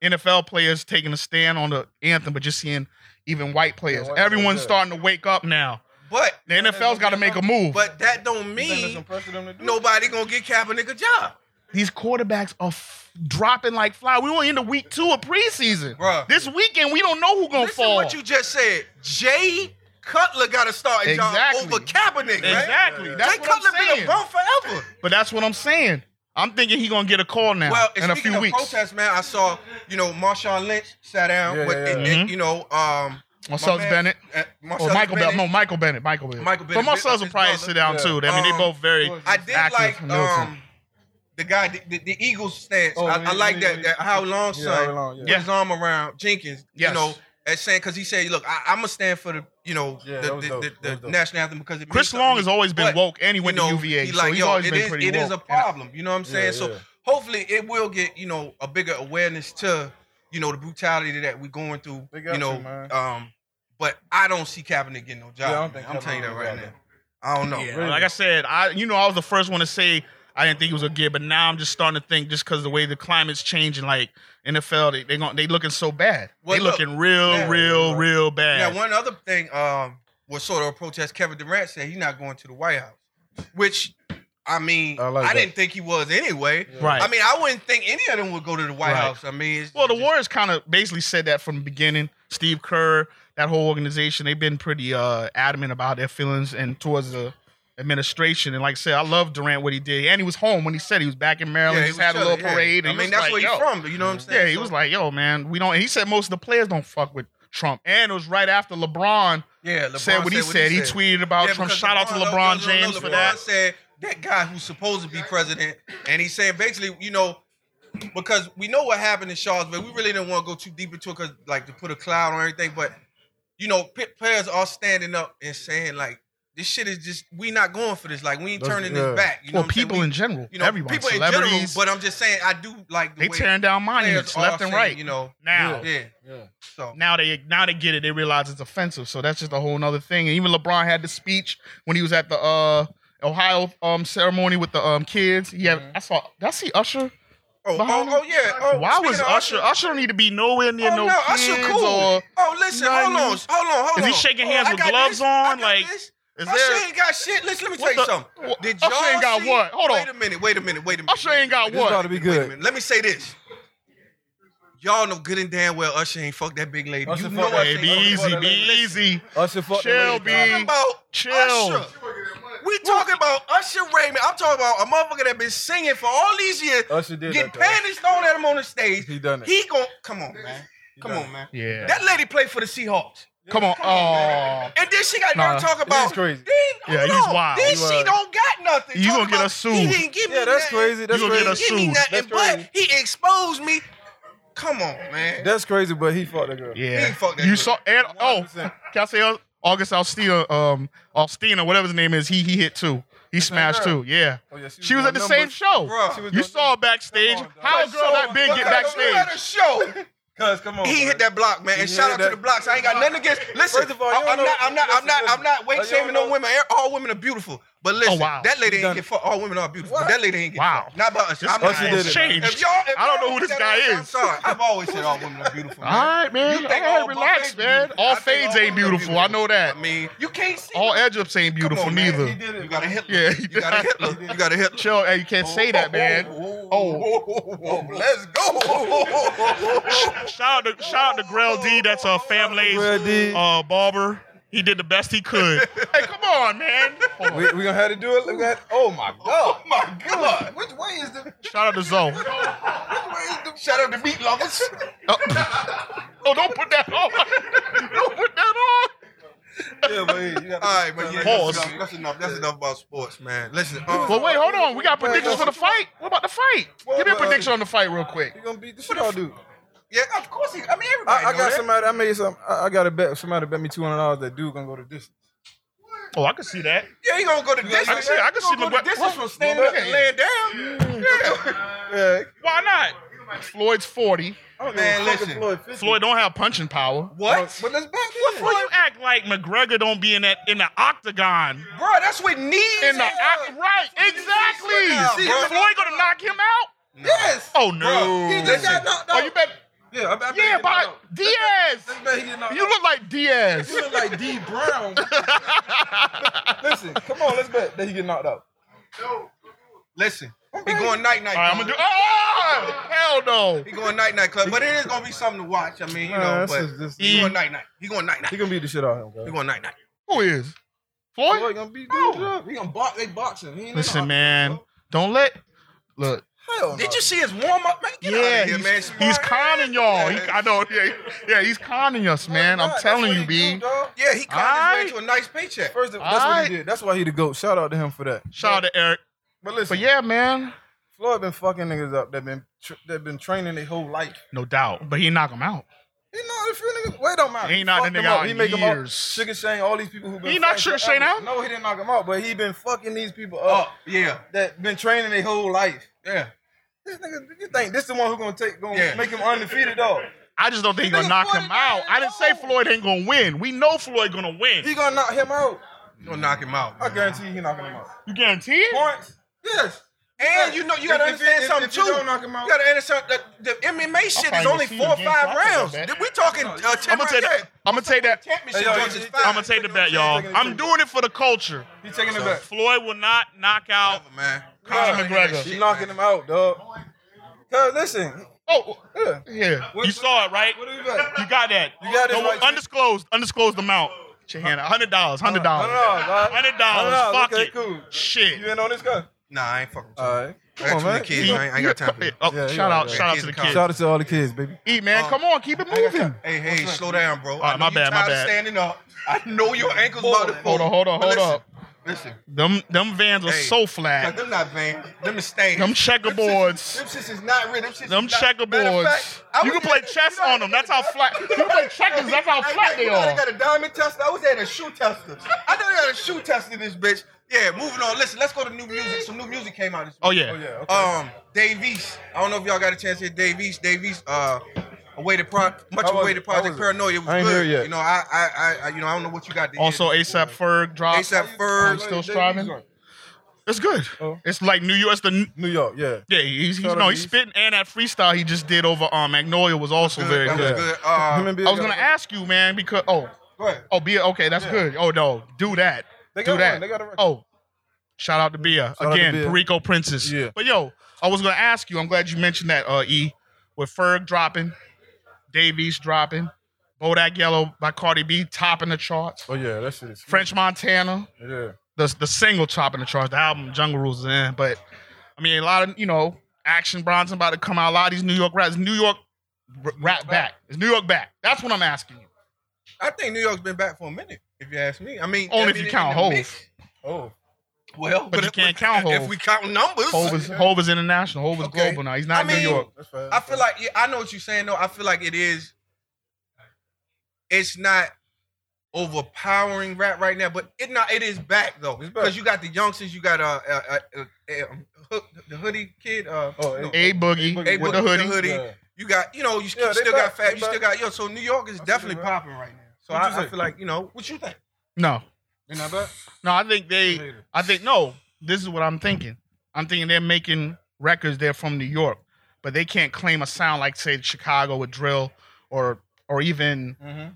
Speaker 1: NFL players taking a stand on the anthem, but just seeing even white players.
Speaker 4: white players,
Speaker 1: Everyone's
Speaker 4: yeah.
Speaker 1: starting to wake up now.
Speaker 6: But
Speaker 1: The NFL's got to make a move.
Speaker 6: but that don't
Speaker 4: you think there's some
Speaker 6: mean
Speaker 4: pressure them to do?
Speaker 6: nobody gonna get Kaepernick a job.
Speaker 1: These quarterbacks are f- dropping like fly. We were into week two of preseason.
Speaker 6: Bruh.
Speaker 1: This weekend, we don't know who gonna
Speaker 6: Listen
Speaker 1: fall.
Speaker 6: what you just said. Jay Cutler got to start a
Speaker 1: Exactly.
Speaker 6: job over Kaepernick, right?
Speaker 1: exactly. That's
Speaker 6: Jay
Speaker 1: what I'm
Speaker 6: Cutler been
Speaker 1: saying.
Speaker 6: a bum forever.
Speaker 1: But that's what I'm saying. I'm thinking he gonna get a call now
Speaker 6: Well, and
Speaker 1: in a
Speaker 6: speaking
Speaker 1: few
Speaker 6: of
Speaker 1: weeks.
Speaker 6: protests, man, I saw you know Marshawn Lynch sat down
Speaker 4: Yeah,
Speaker 6: with
Speaker 4: yeah,
Speaker 6: and-
Speaker 4: yeah.
Speaker 1: Mm-hmm.
Speaker 6: and, you know um
Speaker 1: Marcellus
Speaker 6: my man-
Speaker 1: Bennett
Speaker 6: uh,
Speaker 1: or
Speaker 6: Marcellus
Speaker 1: Michael Bennett.
Speaker 6: Bennett.
Speaker 1: No, Michael Bennett. Michael Bennett.
Speaker 6: Michael
Speaker 1: But
Speaker 6: Bennett,
Speaker 1: Marcellus
Speaker 6: that's
Speaker 1: will
Speaker 6: his
Speaker 1: probably
Speaker 6: brother.
Speaker 1: sit down
Speaker 4: Yeah.
Speaker 1: too. I mean, they
Speaker 6: Um,
Speaker 1: both very.
Speaker 6: I did
Speaker 1: active
Speaker 6: like
Speaker 1: and militant.
Speaker 6: um the guy the, the, the Eagles stance.
Speaker 4: Oh,
Speaker 6: I,
Speaker 4: yeah,
Speaker 6: I like
Speaker 4: yeah,
Speaker 6: that,
Speaker 4: yeah.
Speaker 6: that how long
Speaker 4: Yeah,
Speaker 6: son
Speaker 4: how long, yeah.
Speaker 6: put his arm around Jenkins.
Speaker 1: Yes.
Speaker 6: You know. As saying, because he said, "Look, I, I'm gonna stand for the, you know,
Speaker 4: Yeah,
Speaker 6: the,
Speaker 4: that was
Speaker 6: the,
Speaker 4: dope.
Speaker 6: the,
Speaker 4: That was
Speaker 6: the
Speaker 4: dope.
Speaker 6: national anthem because it
Speaker 1: Chris
Speaker 6: means something
Speaker 1: Long
Speaker 6: to
Speaker 1: has
Speaker 6: me.
Speaker 1: always been
Speaker 6: But,
Speaker 1: woke and he went
Speaker 6: you know,
Speaker 1: to UVA,
Speaker 6: he
Speaker 1: so he's
Speaker 6: yo,
Speaker 1: always
Speaker 6: it
Speaker 1: been
Speaker 6: is-
Speaker 1: pretty
Speaker 6: it
Speaker 1: woke.
Speaker 6: is a problem. You know what I'm saying?
Speaker 4: Yeah,
Speaker 6: so
Speaker 4: yeah.
Speaker 6: hopefully, it will get you know a bigger awareness to you know the brutality that we're going through.
Speaker 4: They got
Speaker 6: You know,
Speaker 4: you, man.
Speaker 6: um, but I don't see Kaepernick getting no job.
Speaker 4: Yeah, I don't
Speaker 6: man.
Speaker 4: think
Speaker 6: I'm telling you
Speaker 4: Kaepernick
Speaker 6: that
Speaker 4: will
Speaker 6: right
Speaker 4: get
Speaker 6: now.
Speaker 4: that.
Speaker 6: I don't know.
Speaker 1: Yeah, like I said, I you know I was the first one to say I didn't think he was a get, but now I'm just starting to think just because the way the climate's changing, like NFL, they they, gon- they looking so bad.
Speaker 6: Well,
Speaker 1: they
Speaker 6: look,
Speaker 1: looking real,
Speaker 6: yeah,
Speaker 1: real,
Speaker 4: right.
Speaker 1: real bad.
Speaker 6: Now, one other thing um, was sort of a protest. Kevin Durant said he's not going to the White House, which I mean, I,
Speaker 4: I like that.
Speaker 6: didn't think he was anyway.
Speaker 1: right.
Speaker 6: I mean, I wouldn't think any of them would go to the White
Speaker 1: Right.
Speaker 6: House. I mean, it's
Speaker 1: Well, the
Speaker 6: just-
Speaker 1: Warriors kind of basically said that from the beginning. Steve Kerr, that whole organization, they've been pretty uh, adamant about their feelings and towards the administration. And like I said, I love Durant what he did, and he was home when he said he was back in
Speaker 6: Yeah,
Speaker 1: Maryland.
Speaker 6: he
Speaker 1: just
Speaker 6: was
Speaker 1: had a little
Speaker 6: chilling, yeah.
Speaker 1: parade.
Speaker 6: I
Speaker 1: and he
Speaker 6: mean,
Speaker 1: was
Speaker 6: that's where
Speaker 1: like,
Speaker 6: he's
Speaker 1: "Yo."
Speaker 6: from. You know what I'm saying?
Speaker 1: Yeah, he was like, "Yo, man, we don't." And he said most of the players don't fuck with Trump, and it was right after LeBron,
Speaker 6: yeah, LeBron
Speaker 1: said what he said. He, tweeted about
Speaker 6: Yeah,
Speaker 1: Trump.
Speaker 6: because
Speaker 1: Shout out to
Speaker 6: no,
Speaker 1: LeBron
Speaker 6: no, no,
Speaker 1: James
Speaker 6: no,
Speaker 1: for
Speaker 6: LeBron
Speaker 1: that.
Speaker 6: said that guy who's supposed to be president, and he's saying basically, you know, because we know what happened in Charlottesville. We really didn't want to go too deep into it, cause like to put a cloud on everything. But you know, p- players are standing up and saying like, this shit is just we not going for this. Like we ain't
Speaker 4: That's-
Speaker 6: turning
Speaker 4: yeah.
Speaker 6: this back. You know
Speaker 1: Well,
Speaker 6: what I'm saying?
Speaker 1: people
Speaker 6: We-
Speaker 1: in general,
Speaker 6: you know,
Speaker 1: everyone,
Speaker 6: people in
Speaker 1: celebrities,
Speaker 6: general. But I'm just saying, I do like the
Speaker 1: they
Speaker 6: way
Speaker 1: tearing down monuments
Speaker 6: players are
Speaker 1: left and
Speaker 6: saying,
Speaker 1: right.
Speaker 6: You know,
Speaker 1: now,
Speaker 6: yeah.
Speaker 4: Yeah.
Speaker 6: So
Speaker 1: now they now they get it. They realize it's offensive. So that's just a whole nother thing. And even LeBron had the speech when he was at the uh, Ohio um, ceremony with the um, kids. Yeah,
Speaker 6: Mm-hmm.
Speaker 1: I saw. Did I see Usher?
Speaker 6: oh, oh,
Speaker 1: Behind
Speaker 6: oh, yeah. Oh,
Speaker 1: Why was
Speaker 6: speaking of
Speaker 1: Usher? Usher? don't need to be nowhere near
Speaker 6: Oh
Speaker 1: no,
Speaker 6: no,
Speaker 1: kids.
Speaker 6: Usher cool.
Speaker 1: Or
Speaker 6: oh listen, hold
Speaker 1: nothing.
Speaker 6: on, hold on, hold
Speaker 1: Is
Speaker 6: on.
Speaker 1: he shaking
Speaker 6: Oh,
Speaker 1: hands
Speaker 6: I
Speaker 1: with
Speaker 6: got
Speaker 1: gloves
Speaker 6: this,
Speaker 1: on?
Speaker 6: I got
Speaker 1: Like,
Speaker 6: this.
Speaker 1: is
Speaker 6: Usher
Speaker 1: there-
Speaker 6: ain't got shit. Listen,
Speaker 1: What
Speaker 6: let me tell you
Speaker 1: the-
Speaker 6: something.
Speaker 1: what-
Speaker 6: Did
Speaker 1: Usher
Speaker 6: y'all
Speaker 1: ain't got
Speaker 6: see-
Speaker 1: what? Hold
Speaker 6: Wait
Speaker 1: on.
Speaker 6: a minute. Wait a minute. Wait a minute.
Speaker 1: Usher ain't got
Speaker 6: Wait a
Speaker 1: what?
Speaker 4: This about to be
Speaker 6: minute, wait a
Speaker 4: good.
Speaker 6: minute. Let me say this. Y'all know good and damn well Usher ain't fuck that big lady.
Speaker 4: Usher
Speaker 6: you
Speaker 4: fuck
Speaker 6: know
Speaker 4: that
Speaker 6: Usher
Speaker 1: Hey, be
Speaker 6: ain't
Speaker 1: easy,
Speaker 6: fuck that big
Speaker 1: be
Speaker 6: lady. Listen,
Speaker 1: easy.
Speaker 4: Usher fucked the
Speaker 1: Chill,
Speaker 4: lady,
Speaker 1: B.
Speaker 4: dog.
Speaker 6: Talking about
Speaker 1: Chill.
Speaker 6: Usher. We talking about Usher Raymond. I'm talking about a motherfucker that been singing for all these years.
Speaker 4: Usher did
Speaker 6: get
Speaker 4: that, dog.
Speaker 6: panties thrown at him on the stage.
Speaker 4: He done it.
Speaker 6: He gon' come on, man. Come on, man.
Speaker 1: Yeah.
Speaker 6: That lady played for the Seahawks.
Speaker 1: Come on. Oh.
Speaker 6: And then she got
Speaker 1: Nah,
Speaker 6: to talk about.
Speaker 4: crazy.
Speaker 6: Then,
Speaker 1: Yeah,
Speaker 6: hold
Speaker 1: he's
Speaker 6: on.
Speaker 1: wild.
Speaker 6: Then
Speaker 4: He
Speaker 6: she
Speaker 4: wild.
Speaker 6: don't got nothing.
Speaker 1: You
Speaker 6: Talking
Speaker 1: gonna get
Speaker 6: about,
Speaker 1: us sued.
Speaker 6: He didn't give me
Speaker 4: Yeah, that's
Speaker 6: nothing.
Speaker 4: crazy. That's
Speaker 6: he
Speaker 1: gonna get
Speaker 4: crazy.
Speaker 1: us
Speaker 6: didn't give me
Speaker 1: sued.
Speaker 6: nothing,
Speaker 4: That's
Speaker 6: but
Speaker 4: crazy.
Speaker 6: he exposed me. Come on, man.
Speaker 4: That's crazy, but he fought that girl.
Speaker 1: Yeah.
Speaker 6: He fucked that
Speaker 1: You
Speaker 6: girl.
Speaker 1: saw and oh,
Speaker 4: 100%.
Speaker 1: can I say Au- August Alstina, um, Alstina, whatever his name is, he he hit too. He smashed
Speaker 4: girl.
Speaker 1: too. Yeah.
Speaker 4: Oh, yeah,
Speaker 1: She was at the
Speaker 4: doing
Speaker 1: same
Speaker 4: numbers.
Speaker 1: show.
Speaker 6: Bruh.
Speaker 4: She was
Speaker 1: You
Speaker 4: doing
Speaker 1: saw her backstage.
Speaker 4: Come on, dog.
Speaker 1: How a
Speaker 4: Like,
Speaker 1: girl that big
Speaker 6: Look
Speaker 1: get
Speaker 6: at the- look at
Speaker 1: backstage?
Speaker 6: the show.
Speaker 4: Cuz, come on.
Speaker 6: He hit that block, man. And
Speaker 4: He
Speaker 6: shout
Speaker 4: hit
Speaker 6: out to
Speaker 4: that-
Speaker 6: the blocks. I ain't got nothing against. Listen,
Speaker 4: First of all, you
Speaker 6: I- I'm
Speaker 4: don't
Speaker 6: not,
Speaker 4: know-
Speaker 6: I'm not, I'm
Speaker 4: listen,
Speaker 6: not, I'm
Speaker 4: listen.
Speaker 6: not
Speaker 4: Like, you
Speaker 6: weight
Speaker 4: don't
Speaker 6: shaming no
Speaker 4: know-
Speaker 6: women. All women are beautiful, but listen,
Speaker 1: Oh, wow.
Speaker 6: that lady ain't
Speaker 4: done
Speaker 6: get
Speaker 4: it.
Speaker 6: fucked. All women are beautiful. But
Speaker 4: What?
Speaker 6: that lady ain't get
Speaker 1: Wow.
Speaker 6: fucked. Not about us.
Speaker 1: This
Speaker 6: I'm
Speaker 1: guy
Speaker 6: not-
Speaker 4: did
Speaker 1: has
Speaker 4: it.
Speaker 6: If
Speaker 1: changed.
Speaker 6: y'all, if
Speaker 1: I don't
Speaker 6: y'all
Speaker 1: know who this
Speaker 6: think that
Speaker 1: guy
Speaker 6: ass, I'm
Speaker 1: is.
Speaker 6: sorry. I've always said all women are beautiful.
Speaker 1: All
Speaker 6: man.
Speaker 1: right, man.
Speaker 6: You
Speaker 1: All
Speaker 6: think all
Speaker 1: right,
Speaker 6: buffets
Speaker 1: relax, man.
Speaker 6: beautiful. I
Speaker 1: All
Speaker 6: think
Speaker 1: fades
Speaker 6: all
Speaker 1: ain't
Speaker 6: women are
Speaker 1: beautiful. I know that.
Speaker 6: I mean,
Speaker 7: You can't see.
Speaker 1: All Egypts ain't beautiful
Speaker 6: on, man.
Speaker 1: neither.
Speaker 4: He did it.
Speaker 6: you got a Hitler.
Speaker 1: Yeah, he
Speaker 6: you got a
Speaker 1: did.
Speaker 6: Hitler. You got a Hitler.
Speaker 1: Chill, hey, you can't say that, man.
Speaker 6: Oh, let's go.
Speaker 1: Shout out to shout out to Grell D. That's a family
Speaker 4: Bruh, D.
Speaker 1: uh, barber. He did the best he could. hey, come on, man. Hold on.
Speaker 4: we, we gonna have to do it. We gonna have oh my
Speaker 6: Oh
Speaker 4: god.
Speaker 6: my God!
Speaker 4: Which way is the?
Speaker 1: Shout out to Zoe.
Speaker 6: Shout out to meat lovers.
Speaker 1: Oh, don't put that on. don't put that
Speaker 4: Yeah, but hey, you gotta,
Speaker 6: All right, but yeah,
Speaker 1: Pause.
Speaker 6: That's enough. That's enough, that's enough about sports, man. Listen,
Speaker 1: on.
Speaker 6: uh,
Speaker 1: Well, wait, hold on. We got predictions for the fight. What about the fight? Give me a prediction on the fight, real quick.
Speaker 4: You gonna beat the shit out, dude.
Speaker 6: yeah, of course. He, I mean, everybody.
Speaker 4: I, I
Speaker 6: know
Speaker 4: got
Speaker 6: that.
Speaker 4: somebody. I made some. I, I got a bet. Somebody bet me two hundred dollars that dude gonna go to distance.
Speaker 1: Oh, I can see that.
Speaker 6: Yeah, he gonna go to distance.
Speaker 1: I can see- I can
Speaker 6: He gonna
Speaker 1: see
Speaker 6: go to
Speaker 1: McGregor-
Speaker 6: distance from standing up and laying down. Yeah.
Speaker 1: Why not? Floyd's forty.
Speaker 4: I don't
Speaker 6: Man,
Speaker 4: give a fuck if
Speaker 6: listen.
Speaker 4: Floyd 50.
Speaker 1: Floyd don't have punching power.
Speaker 6: What?
Speaker 4: But let's bet.
Speaker 1: Floyd, you act like McGregor don't be in that in the octagon.
Speaker 6: Bro, that's with knees.
Speaker 1: In the
Speaker 6: and-
Speaker 1: oct- right, exactly.
Speaker 6: Now,
Speaker 1: See,
Speaker 6: bro.
Speaker 1: Floyd gonna knock him out?
Speaker 4: Yes.
Speaker 1: Oh no.
Speaker 6: Bro,
Speaker 4: He just
Speaker 6: Listen.
Speaker 4: got knocked
Speaker 1: Oh,
Speaker 4: out.
Speaker 1: you bet.
Speaker 4: yeah, I, bet- I bet he
Speaker 1: Yeah,
Speaker 4: got knocked
Speaker 1: by
Speaker 4: out.
Speaker 1: Diaz.
Speaker 4: Let's bet he did not.
Speaker 1: You look like Diaz.
Speaker 4: You look like D Brown. Listen, come on, let's bet that he get knocked out.
Speaker 6: Listen, he going night night.
Speaker 1: All right, I'm gonna do. Oh, hell no.
Speaker 6: He going night night club, but it is gonna be something to watch. I mean, you
Speaker 4: Nah,
Speaker 6: know,
Speaker 4: that's
Speaker 6: but
Speaker 4: just- this-
Speaker 6: he going night night. He going night
Speaker 4: He
Speaker 6: night.
Speaker 4: gonna beat the shit out of him. bro.
Speaker 6: He going night night.
Speaker 1: Who is Floyd?
Speaker 4: Floyd gonna beat dude up. He gonna box. They boxing. He ain't in
Speaker 1: Listen,
Speaker 4: the-
Speaker 1: man, don't let. Look,
Speaker 4: Hell no.
Speaker 6: Did you see his warm up, man? Get
Speaker 1: yeah,
Speaker 6: out of here,
Speaker 1: he's,
Speaker 6: man.
Speaker 1: he's
Speaker 6: Smart.
Speaker 1: conning y'all. He,
Speaker 6: Yeah.
Speaker 1: I know, yeah, yeah, he's conning us, man. I'm
Speaker 4: That's
Speaker 1: telling
Speaker 4: what
Speaker 1: you,
Speaker 4: he do,
Speaker 1: B.
Speaker 4: dog.
Speaker 6: Yeah, he caught his
Speaker 1: Alright.
Speaker 6: way to a nice paycheck.
Speaker 4: First, of, that's what
Speaker 1: Alright.
Speaker 4: he did. That's why he the goat. Shout out to him for that.
Speaker 1: Shout out to Eric.
Speaker 4: But listen,
Speaker 1: But yeah, man,
Speaker 4: Floyd been fucking niggas up. That been tr- that been training their whole life.
Speaker 1: no doubt. But he knock him out.
Speaker 4: He know a few niggas. Wait on my.
Speaker 1: He knocked a nigga out
Speaker 4: He
Speaker 1: in
Speaker 4: make 'em up.
Speaker 1: years.
Speaker 4: Sugar Shane, all these people who been.
Speaker 1: He knocked Sugar
Speaker 4: fighting
Speaker 1: Shane
Speaker 4: forever.
Speaker 1: out?
Speaker 4: No, he didn't knock him out. But he been fucking these people up
Speaker 6: Oh, yeah,
Speaker 4: that been training their whole life.
Speaker 6: yeah.
Speaker 4: This nigga, you think this the one who gonna take gonna
Speaker 6: Yeah.
Speaker 4: make him undefeated dog?
Speaker 1: I just don't think he's gonna
Speaker 4: Nigga,
Speaker 1: knock
Speaker 4: Floyd
Speaker 1: him out. I didn't say
Speaker 4: knows.
Speaker 1: Floyd ain't gonna win. We know Floyd gonna win.
Speaker 4: He gonna knock him out.
Speaker 6: Gonna knock him out.
Speaker 4: I
Speaker 6: man.
Speaker 4: guarantee you he knocking him out.
Speaker 1: You guarantee it?
Speaker 4: Points? Yes.
Speaker 6: And you know, you gotta
Speaker 4: If- if-
Speaker 6: understand
Speaker 4: if-
Speaker 6: something
Speaker 4: if
Speaker 6: too.
Speaker 4: you don't knock him out-
Speaker 6: You gotta understand that the MMA shit
Speaker 1: probably
Speaker 6: is
Speaker 1: gonna
Speaker 6: only
Speaker 1: see
Speaker 6: four or
Speaker 1: him again,
Speaker 6: five
Speaker 1: so I
Speaker 6: rounds.
Speaker 1: take that back.
Speaker 6: We talking uh, ten
Speaker 1: I'm gonna take that.
Speaker 6: rounds.
Speaker 1: I'm gonna take that.
Speaker 6: Championship
Speaker 4: Hey, yo,
Speaker 6: judges
Speaker 4: he-
Speaker 6: five.
Speaker 1: I'm gonna take the bet, y'all. I'm doing it for the culture.
Speaker 4: He taking it back.
Speaker 1: Floyd will not knock out.
Speaker 6: Whatever, man.
Speaker 1: Conor
Speaker 6: Conor
Speaker 1: McGregor.
Speaker 4: He knocking him out, dog. Cause listen,
Speaker 1: Oh,
Speaker 4: yeah.
Speaker 1: yeah.
Speaker 4: What-
Speaker 1: You saw it, right?
Speaker 4: What do we bet?
Speaker 1: You got that.
Speaker 4: You got it
Speaker 1: No,
Speaker 4: right.
Speaker 1: undisclosed, undisclosed amount. Put your hand out. Hundred dollars. Hundred dollars.
Speaker 4: $100,
Speaker 1: Hundred dollars. Fuck
Speaker 4: okay,
Speaker 1: it.
Speaker 4: cool.
Speaker 1: Shit.
Speaker 4: You in on this guy?
Speaker 6: Nah, I ain't fucking. with you.
Speaker 4: All right.
Speaker 6: I
Speaker 4: Come
Speaker 6: got
Speaker 4: on,
Speaker 6: too many
Speaker 4: man.
Speaker 6: kids. I ain't, I ain't got time for
Speaker 1: Yeah,
Speaker 6: that.
Speaker 1: oh,
Speaker 4: Yeah, he
Speaker 1: shout out,
Speaker 4: alright.
Speaker 1: shout out
Speaker 6: Kids
Speaker 1: to the
Speaker 6: come.
Speaker 1: kids.
Speaker 4: Shout out to all the kids, baby.
Speaker 1: Eat, man. Come on, keep it moving.
Speaker 6: Hey, hey, slow down, bro.
Speaker 1: right,
Speaker 6: I know
Speaker 1: my
Speaker 6: you
Speaker 1: bad, my
Speaker 6: tired of
Speaker 1: bad.
Speaker 6: Standing up. I know your ankles about to
Speaker 1: Hold on, hold on,
Speaker 6: But
Speaker 1: hold
Speaker 6: listen,
Speaker 1: up.
Speaker 6: Listen,
Speaker 1: Them, them vans are
Speaker 6: Hey.
Speaker 1: so
Speaker 6: Like,
Speaker 1: flat.
Speaker 6: them not van. Them is stained.
Speaker 1: Them
Speaker 6: shits-
Speaker 1: checkerboards.
Speaker 6: Them shits is not real. Them, shits is
Speaker 1: Them
Speaker 6: not- Matter of
Speaker 1: checkerboards.
Speaker 6: fact, I
Speaker 1: You
Speaker 6: was
Speaker 1: can play
Speaker 6: at-
Speaker 1: chess
Speaker 6: you know,
Speaker 1: on them. That's how flat. You can play checkers. That's how
Speaker 6: I-
Speaker 1: flat they
Speaker 6: you know, I
Speaker 1: are.
Speaker 6: got a diamond tester. I was at a shoe tester. I know they got a shoe tester in this bitch. Yeah, moving on. Listen, let's go to new music. Some new music came out this
Speaker 1: Oh
Speaker 6: week.
Speaker 1: yeah.
Speaker 4: Oh yeah. Okay.
Speaker 6: Um, Dave East. I don't know if y'all got a chance to hear Dave East. Dave East, uh, awaited pro, much
Speaker 4: How was
Speaker 6: awaited
Speaker 4: it? How
Speaker 6: project
Speaker 4: was it?
Speaker 6: Paranoia. It was
Speaker 4: I ain't
Speaker 6: good.
Speaker 4: hear it yet.
Speaker 6: You know, I, I, I- I, you know, I don't know what you got to hear.
Speaker 1: Also, ASAP Ferg drop.
Speaker 6: ASAP
Speaker 1: I'm
Speaker 6: Ferg.
Speaker 1: still striving. It's good.
Speaker 4: Oh.
Speaker 1: It's like New York. It's the n-
Speaker 4: New York, yeah.
Speaker 1: yeah. He's, he's
Speaker 4: Shout out
Speaker 1: no.
Speaker 4: to
Speaker 1: He's
Speaker 4: East.
Speaker 1: spitting, and that freestyle he just did over um Magnolia was also very
Speaker 6: that was
Speaker 1: good.
Speaker 4: Yeah.
Speaker 6: good. Uh,
Speaker 4: Him and Bill
Speaker 1: I was
Speaker 4: got
Speaker 1: gonna
Speaker 4: a-
Speaker 1: ask you, man, because oh
Speaker 6: go ahead.
Speaker 1: oh Bia. Okay, that's good. Oh no, do that.
Speaker 4: They
Speaker 1: do
Speaker 4: got
Speaker 1: that.
Speaker 4: one, they got a record.
Speaker 1: oh, shout out to Bia
Speaker 4: out to
Speaker 1: again,
Speaker 4: Bia.
Speaker 1: Perico Princess.
Speaker 4: Yeah.
Speaker 1: But yo, I was gonna ask you. I'm glad you mentioned that. Uh, E with Ferg dropping, Davies dropping, Bodak Yellow by Cardi B topping the charts.
Speaker 4: Oh yeah, that shit is
Speaker 1: French Montana
Speaker 4: Yeah.
Speaker 1: the the single topping the charts. The album Jungle Rules is in, but I mean a lot of you know Action Bronson about to come out. A lot of these New York raps, New York r- rap back. Is New York back? That's what I'm asking you.
Speaker 6: I think New York's been back for a minute, if you ask me. I mean,
Speaker 1: Only
Speaker 6: I
Speaker 1: if
Speaker 6: mean,
Speaker 1: you count
Speaker 6: in the
Speaker 1: Hov.
Speaker 6: mix.
Speaker 4: Oh.
Speaker 6: Well,
Speaker 1: But you can't count Hov.
Speaker 6: If we count numbers,
Speaker 1: Hove is, Hove is international. Hove is
Speaker 6: Okay.
Speaker 1: global now. He's not
Speaker 6: I
Speaker 1: in
Speaker 6: mean-
Speaker 1: New York.
Speaker 4: That's fair.
Speaker 6: I feel like yeah, I know what you're saying though. I feel like it is. It's not overpowering rap right now, but it not it is back though
Speaker 4: It's back.
Speaker 6: because you got the youngsters, you got uh, uh, uh, uh um, Hook- the hoodie kid, uh,
Speaker 4: Oh,
Speaker 6: no,
Speaker 1: A Boogie
Speaker 4: A
Speaker 1: with the
Speaker 6: Boogie, the
Speaker 1: hoodie.
Speaker 6: hoodie.
Speaker 4: Yeah.
Speaker 6: you got you know you
Speaker 4: Yeah, they
Speaker 6: still
Speaker 4: back.
Speaker 6: got Fab,
Speaker 4: They
Speaker 6: you still got yo. So New York is
Speaker 4: I see
Speaker 6: definitely
Speaker 4: they back.
Speaker 6: popping right now. So
Speaker 4: What you
Speaker 6: I, I
Speaker 4: say?
Speaker 6: feel like you know what you think.
Speaker 1: No,
Speaker 4: They not bad.
Speaker 1: no, I think they. I think no. This is what I'm thinking. I'm thinking they're making records. They're from New York, but they can't claim a sound like say Chicago with drill or or even
Speaker 4: Mhm.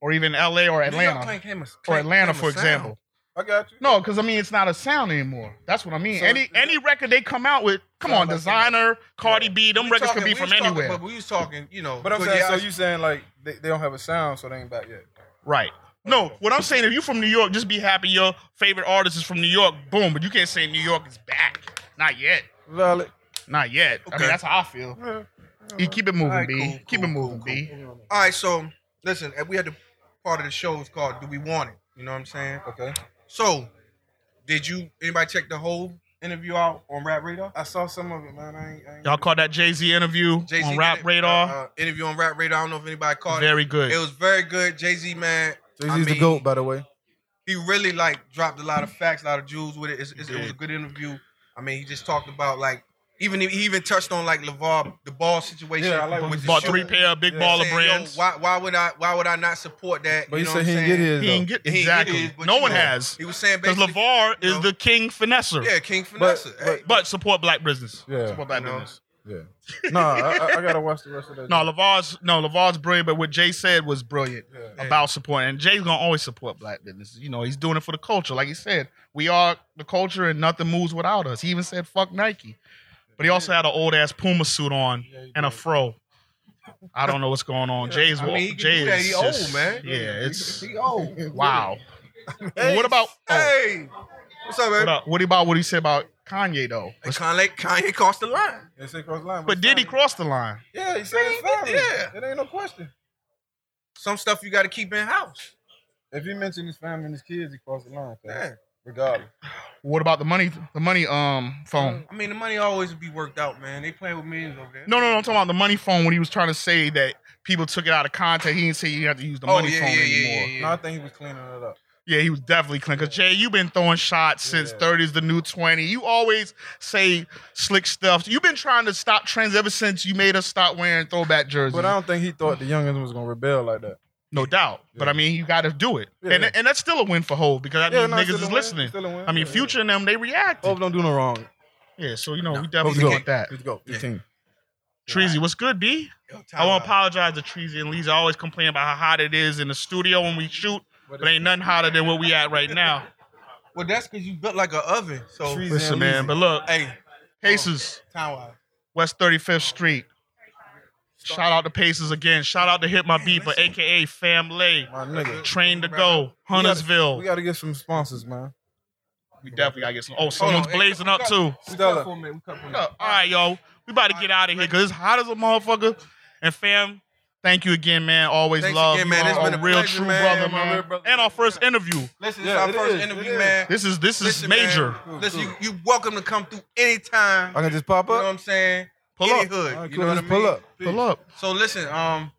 Speaker 1: or even L.A. or Atlanta or Atlanta for example.
Speaker 4: I got you.
Speaker 1: No, because I mean it's not a sound anymore. That's what I mean.
Speaker 4: So-
Speaker 1: any any record they come out with, come
Speaker 4: Sound
Speaker 1: on,
Speaker 4: like
Speaker 1: designer, Cardi B, them records could be from anywhere.
Speaker 6: But we was talking, you know.
Speaker 4: But I'm
Speaker 6: so
Speaker 4: saying,
Speaker 6: yeah,
Speaker 4: so
Speaker 6: I-
Speaker 4: you saying like they, they don't have a sound, so they ain't back yet.
Speaker 1: Right. No, what I'm saying, if you're from New York, just be happy your favorite artist is from New York. Boom. But you can't say New York is back. Not yet.
Speaker 4: Valid.
Speaker 1: Not yet. I
Speaker 6: Okay.
Speaker 1: mean, that's how I feel. You keep it moving,
Speaker 6: All right,
Speaker 1: B.
Speaker 6: cool,
Speaker 1: keep
Speaker 6: cool,
Speaker 1: it moving,
Speaker 6: cool,
Speaker 1: B.
Speaker 6: All right, so listen, and we had the part of the show is called "Do We Want It?" You know what I'm saying?
Speaker 4: Okay.
Speaker 6: So, did you anybody check the whole interview out on Rap Radar?
Speaker 4: I saw some of it, man. I ain't, I ain't
Speaker 1: Y'all caught that Jay Z interview
Speaker 6: Jay-Z
Speaker 1: on
Speaker 6: did
Speaker 1: Rap
Speaker 6: it,
Speaker 1: Radar?
Speaker 6: uh, uh, interview on Rap Radar. I don't know if anybody caught it.
Speaker 1: Very good.
Speaker 6: It was very good. Jay Z man,
Speaker 4: Jay-Z's
Speaker 6: I
Speaker 4: the
Speaker 6: mean-
Speaker 4: goat, by the way.
Speaker 6: he really like dropped a lot of facts, a lot of jewels with it. It's, it's, it was a
Speaker 1: did.
Speaker 6: good interview. I mean, he just talked about like even he even touched on like Levar the ball situation.
Speaker 4: Yeah, I like when
Speaker 6: with
Speaker 4: he
Speaker 6: the
Speaker 1: Bought
Speaker 6: shoe.
Speaker 1: three pair of big
Speaker 4: Yeah,
Speaker 1: ball of
Speaker 6: Saying, yo,
Speaker 1: brands.
Speaker 6: Why, why would I? Why would I not support that?
Speaker 4: But
Speaker 6: you
Speaker 4: you
Speaker 6: know
Speaker 4: said
Speaker 6: what
Speaker 4: he
Speaker 6: I'm
Speaker 4: didn't get
Speaker 6: saying?
Speaker 4: his
Speaker 1: he
Speaker 4: though.
Speaker 1: didn't get
Speaker 6: He ain't
Speaker 1: exactly.
Speaker 6: get his, but
Speaker 1: no
Speaker 6: you
Speaker 1: one
Speaker 6: know,
Speaker 1: has.
Speaker 6: He was saying
Speaker 1: Because
Speaker 6: basically,
Speaker 1: LeVar
Speaker 6: you
Speaker 1: is
Speaker 6: know,
Speaker 1: the king finesser.
Speaker 6: yeah, King
Speaker 4: But-
Speaker 6: Finesse.
Speaker 4: but-
Speaker 1: But support black business.
Speaker 4: Yeah.
Speaker 1: Support black
Speaker 6: You know.
Speaker 1: business.
Speaker 4: Yeah. nah, I, I- I gotta watch the rest of that.
Speaker 1: No, LeVar's no LeVar's brilliant, but what Jay said was brilliant.
Speaker 4: Yeah.
Speaker 6: Yeah.
Speaker 1: about supporting. And Jay's gonna always support black businesses. You know, he's doing it for the culture. Like he said, we are the culture and nothing moves without us. He even said fuck Nike. But he also had an old ass Puma suit on
Speaker 4: Yeah, he
Speaker 1: and a
Speaker 4: did.
Speaker 1: fro. I don't know what's going on. Jay's
Speaker 6: I mean, he can
Speaker 1: Jay
Speaker 6: do that.
Speaker 1: is
Speaker 6: He old,
Speaker 1: just-
Speaker 6: man.
Speaker 1: Yeah, it's
Speaker 6: He old.
Speaker 4: oh,
Speaker 1: wow. what about oh,
Speaker 6: Hey, what's up,
Speaker 1: what,
Speaker 6: man?
Speaker 1: up- what about what he said about Kanye though?
Speaker 6: Hey, Kanye, Kanye crossed the line.
Speaker 4: They say cross line.
Speaker 1: But
Speaker 4: it's
Speaker 1: did he
Speaker 4: family.
Speaker 1: cross the line?
Speaker 4: Yeah, he said his family.
Speaker 6: Yeah.
Speaker 4: It ain't no question.
Speaker 6: Some stuff you got to keep in house.
Speaker 4: If he mentioned his family and his kids, he crossed the line. fam.
Speaker 6: Yeah.
Speaker 4: Regardless.
Speaker 1: What about the money the money um phone?
Speaker 6: I mean, the money always be worked out, man. They playing with millions over there.
Speaker 1: No, no, no. I'm talking about the money phone when he was trying to say that people took it out of context. He didn't say you have to use the
Speaker 6: oh
Speaker 1: money
Speaker 6: yeah,
Speaker 1: phone
Speaker 6: yeah, yeah,
Speaker 1: anymore.
Speaker 6: yeah,
Speaker 1: Yeah,
Speaker 4: No, I think he was cleaning it up.
Speaker 1: he was definitely clean. Because, Jay, you've been throwing shots since
Speaker 4: Yeah.
Speaker 1: 30 is the new 20. You always say slick stuff. You've been trying to stop trends ever since you made us stop wearing throwback jerseys.
Speaker 4: But I don't think he thought the youngins was gonna rebel like that.
Speaker 1: no doubt. But,
Speaker 4: Yeah.
Speaker 1: I mean, you got to do it.
Speaker 4: Yeah,
Speaker 1: and,
Speaker 4: yeah.
Speaker 1: and that's still a win for Hove because that
Speaker 4: Yeah,
Speaker 1: means
Speaker 4: no,
Speaker 1: niggas
Speaker 4: still
Speaker 1: is
Speaker 4: a win,
Speaker 1: listening.
Speaker 4: still a win,
Speaker 1: I mean,
Speaker 4: yeah, Oh.
Speaker 1: Future and them, they reacted.
Speaker 4: Hope don't do no wrong.
Speaker 1: Yeah, so, you know, we
Speaker 4: Hope
Speaker 1: definitely
Speaker 4: go.
Speaker 1: want that.
Speaker 4: Let's go. Your team.
Speaker 1: Treasy, what's good, B?
Speaker 6: Yo,
Speaker 1: I
Speaker 6: time
Speaker 1: want to
Speaker 6: out.
Speaker 1: apologize to Treasy and Lisa. I always complain about how hot it is in the studio when we shoot, but ain't nothing hotter than where we at right now.
Speaker 6: Well, that's because you built like an oven. So,
Speaker 4: Trees
Speaker 1: Listen,
Speaker 4: and
Speaker 1: man,
Speaker 4: leaves.
Speaker 1: but look,
Speaker 6: hey,
Speaker 1: Pacers,
Speaker 6: time out.
Speaker 1: West 35th Street. Shout out to Pacers again. Shout out to Hit My Beeper, aka Fam Lay.
Speaker 4: my nigga.
Speaker 1: Train to Go,
Speaker 4: We
Speaker 1: Huntersville.
Speaker 4: gotta get some sponsors, man.
Speaker 1: We definitely gotta get some. Oh, someone's blazing up too.
Speaker 6: We
Speaker 4: Stella.
Speaker 6: cut for a minute. We cut for a minute.
Speaker 1: All right, yo, we about to get out of here because it's hot as a motherfucker. And fam, thank you again, man. Always
Speaker 6: Thanks
Speaker 1: love
Speaker 6: again,
Speaker 1: you.
Speaker 6: man. It's
Speaker 1: are
Speaker 6: been
Speaker 1: a
Speaker 6: a
Speaker 1: real
Speaker 6: pleasure,
Speaker 1: true
Speaker 6: man.
Speaker 1: brother,
Speaker 6: My
Speaker 1: man.
Speaker 6: real brother.
Speaker 1: And our first interview.
Speaker 6: Listen,
Speaker 4: Yeah, it
Speaker 6: this is our
Speaker 4: is,
Speaker 6: first
Speaker 4: it
Speaker 6: interview,
Speaker 4: is.
Speaker 6: man.
Speaker 1: This is this is
Speaker 6: Listen,
Speaker 1: major.
Speaker 6: man, listen, you you welcome to come through anytime.
Speaker 4: I can just pop
Speaker 6: You know what
Speaker 4: up.
Speaker 6: I'm saying?
Speaker 1: Pull
Speaker 6: Any
Speaker 1: up.
Speaker 6: hood.
Speaker 4: All right,
Speaker 6: you
Speaker 4: cool.
Speaker 6: know what I
Speaker 4: Just
Speaker 6: mean?
Speaker 4: pull up.
Speaker 1: Pull up.
Speaker 6: So listen, um,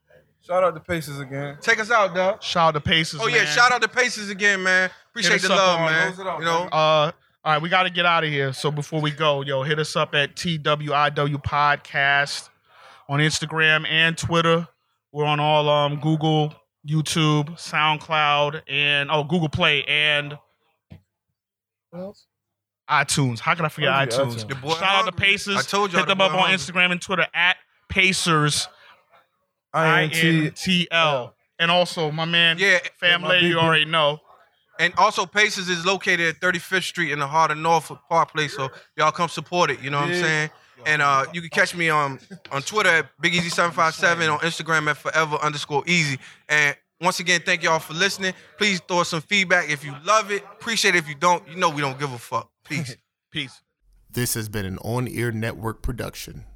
Speaker 4: Shout out to Pacers again.
Speaker 6: take us out, dog.
Speaker 1: Shout out to Pacers.
Speaker 6: Oh yeah,
Speaker 1: man.
Speaker 6: shout out to Pacers again, man. Appreciate
Speaker 1: us
Speaker 6: the
Speaker 1: up
Speaker 6: love,
Speaker 1: on
Speaker 6: man.
Speaker 4: those it up,
Speaker 6: you know,
Speaker 1: Uh, all right, we got to get out of here. So before we go, yo, hit us up at TWIW Podcast on Instagram and Twitter. We're on all um Google, YouTube, SoundCloud, and oh Google Play and iTunes. How could I forget
Speaker 4: Told
Speaker 1: iTunes?
Speaker 4: you, iTunes.
Speaker 6: The boy
Speaker 1: Shout out to
Speaker 6: hungry.
Speaker 1: Pacers.
Speaker 6: I told y'all
Speaker 1: hit
Speaker 6: the
Speaker 1: them up
Speaker 6: boy
Speaker 1: on
Speaker 6: hungry.
Speaker 1: Instagram and Twitter at Pacers I N
Speaker 4: INT.
Speaker 1: T L. And also, my man,
Speaker 6: Yeah,
Speaker 4: my
Speaker 1: family, you
Speaker 4: people.
Speaker 1: already know.
Speaker 6: and also Pacers is located at 35th Street in the heart of Norfolk Park Place. So y'all come support it. You know what I'm
Speaker 4: Yeah.
Speaker 6: saying? And uh, you can catch me on on Twitter at Big Easy 757 on Instagram at Forever underscore Easy. And once again, thank y'all for listening. Please throw us some feedback if you love it. Appreciate it if you don't. You know we don't give a fuck. Peace.
Speaker 1: Peace.
Speaker 8: This has been an on air network production.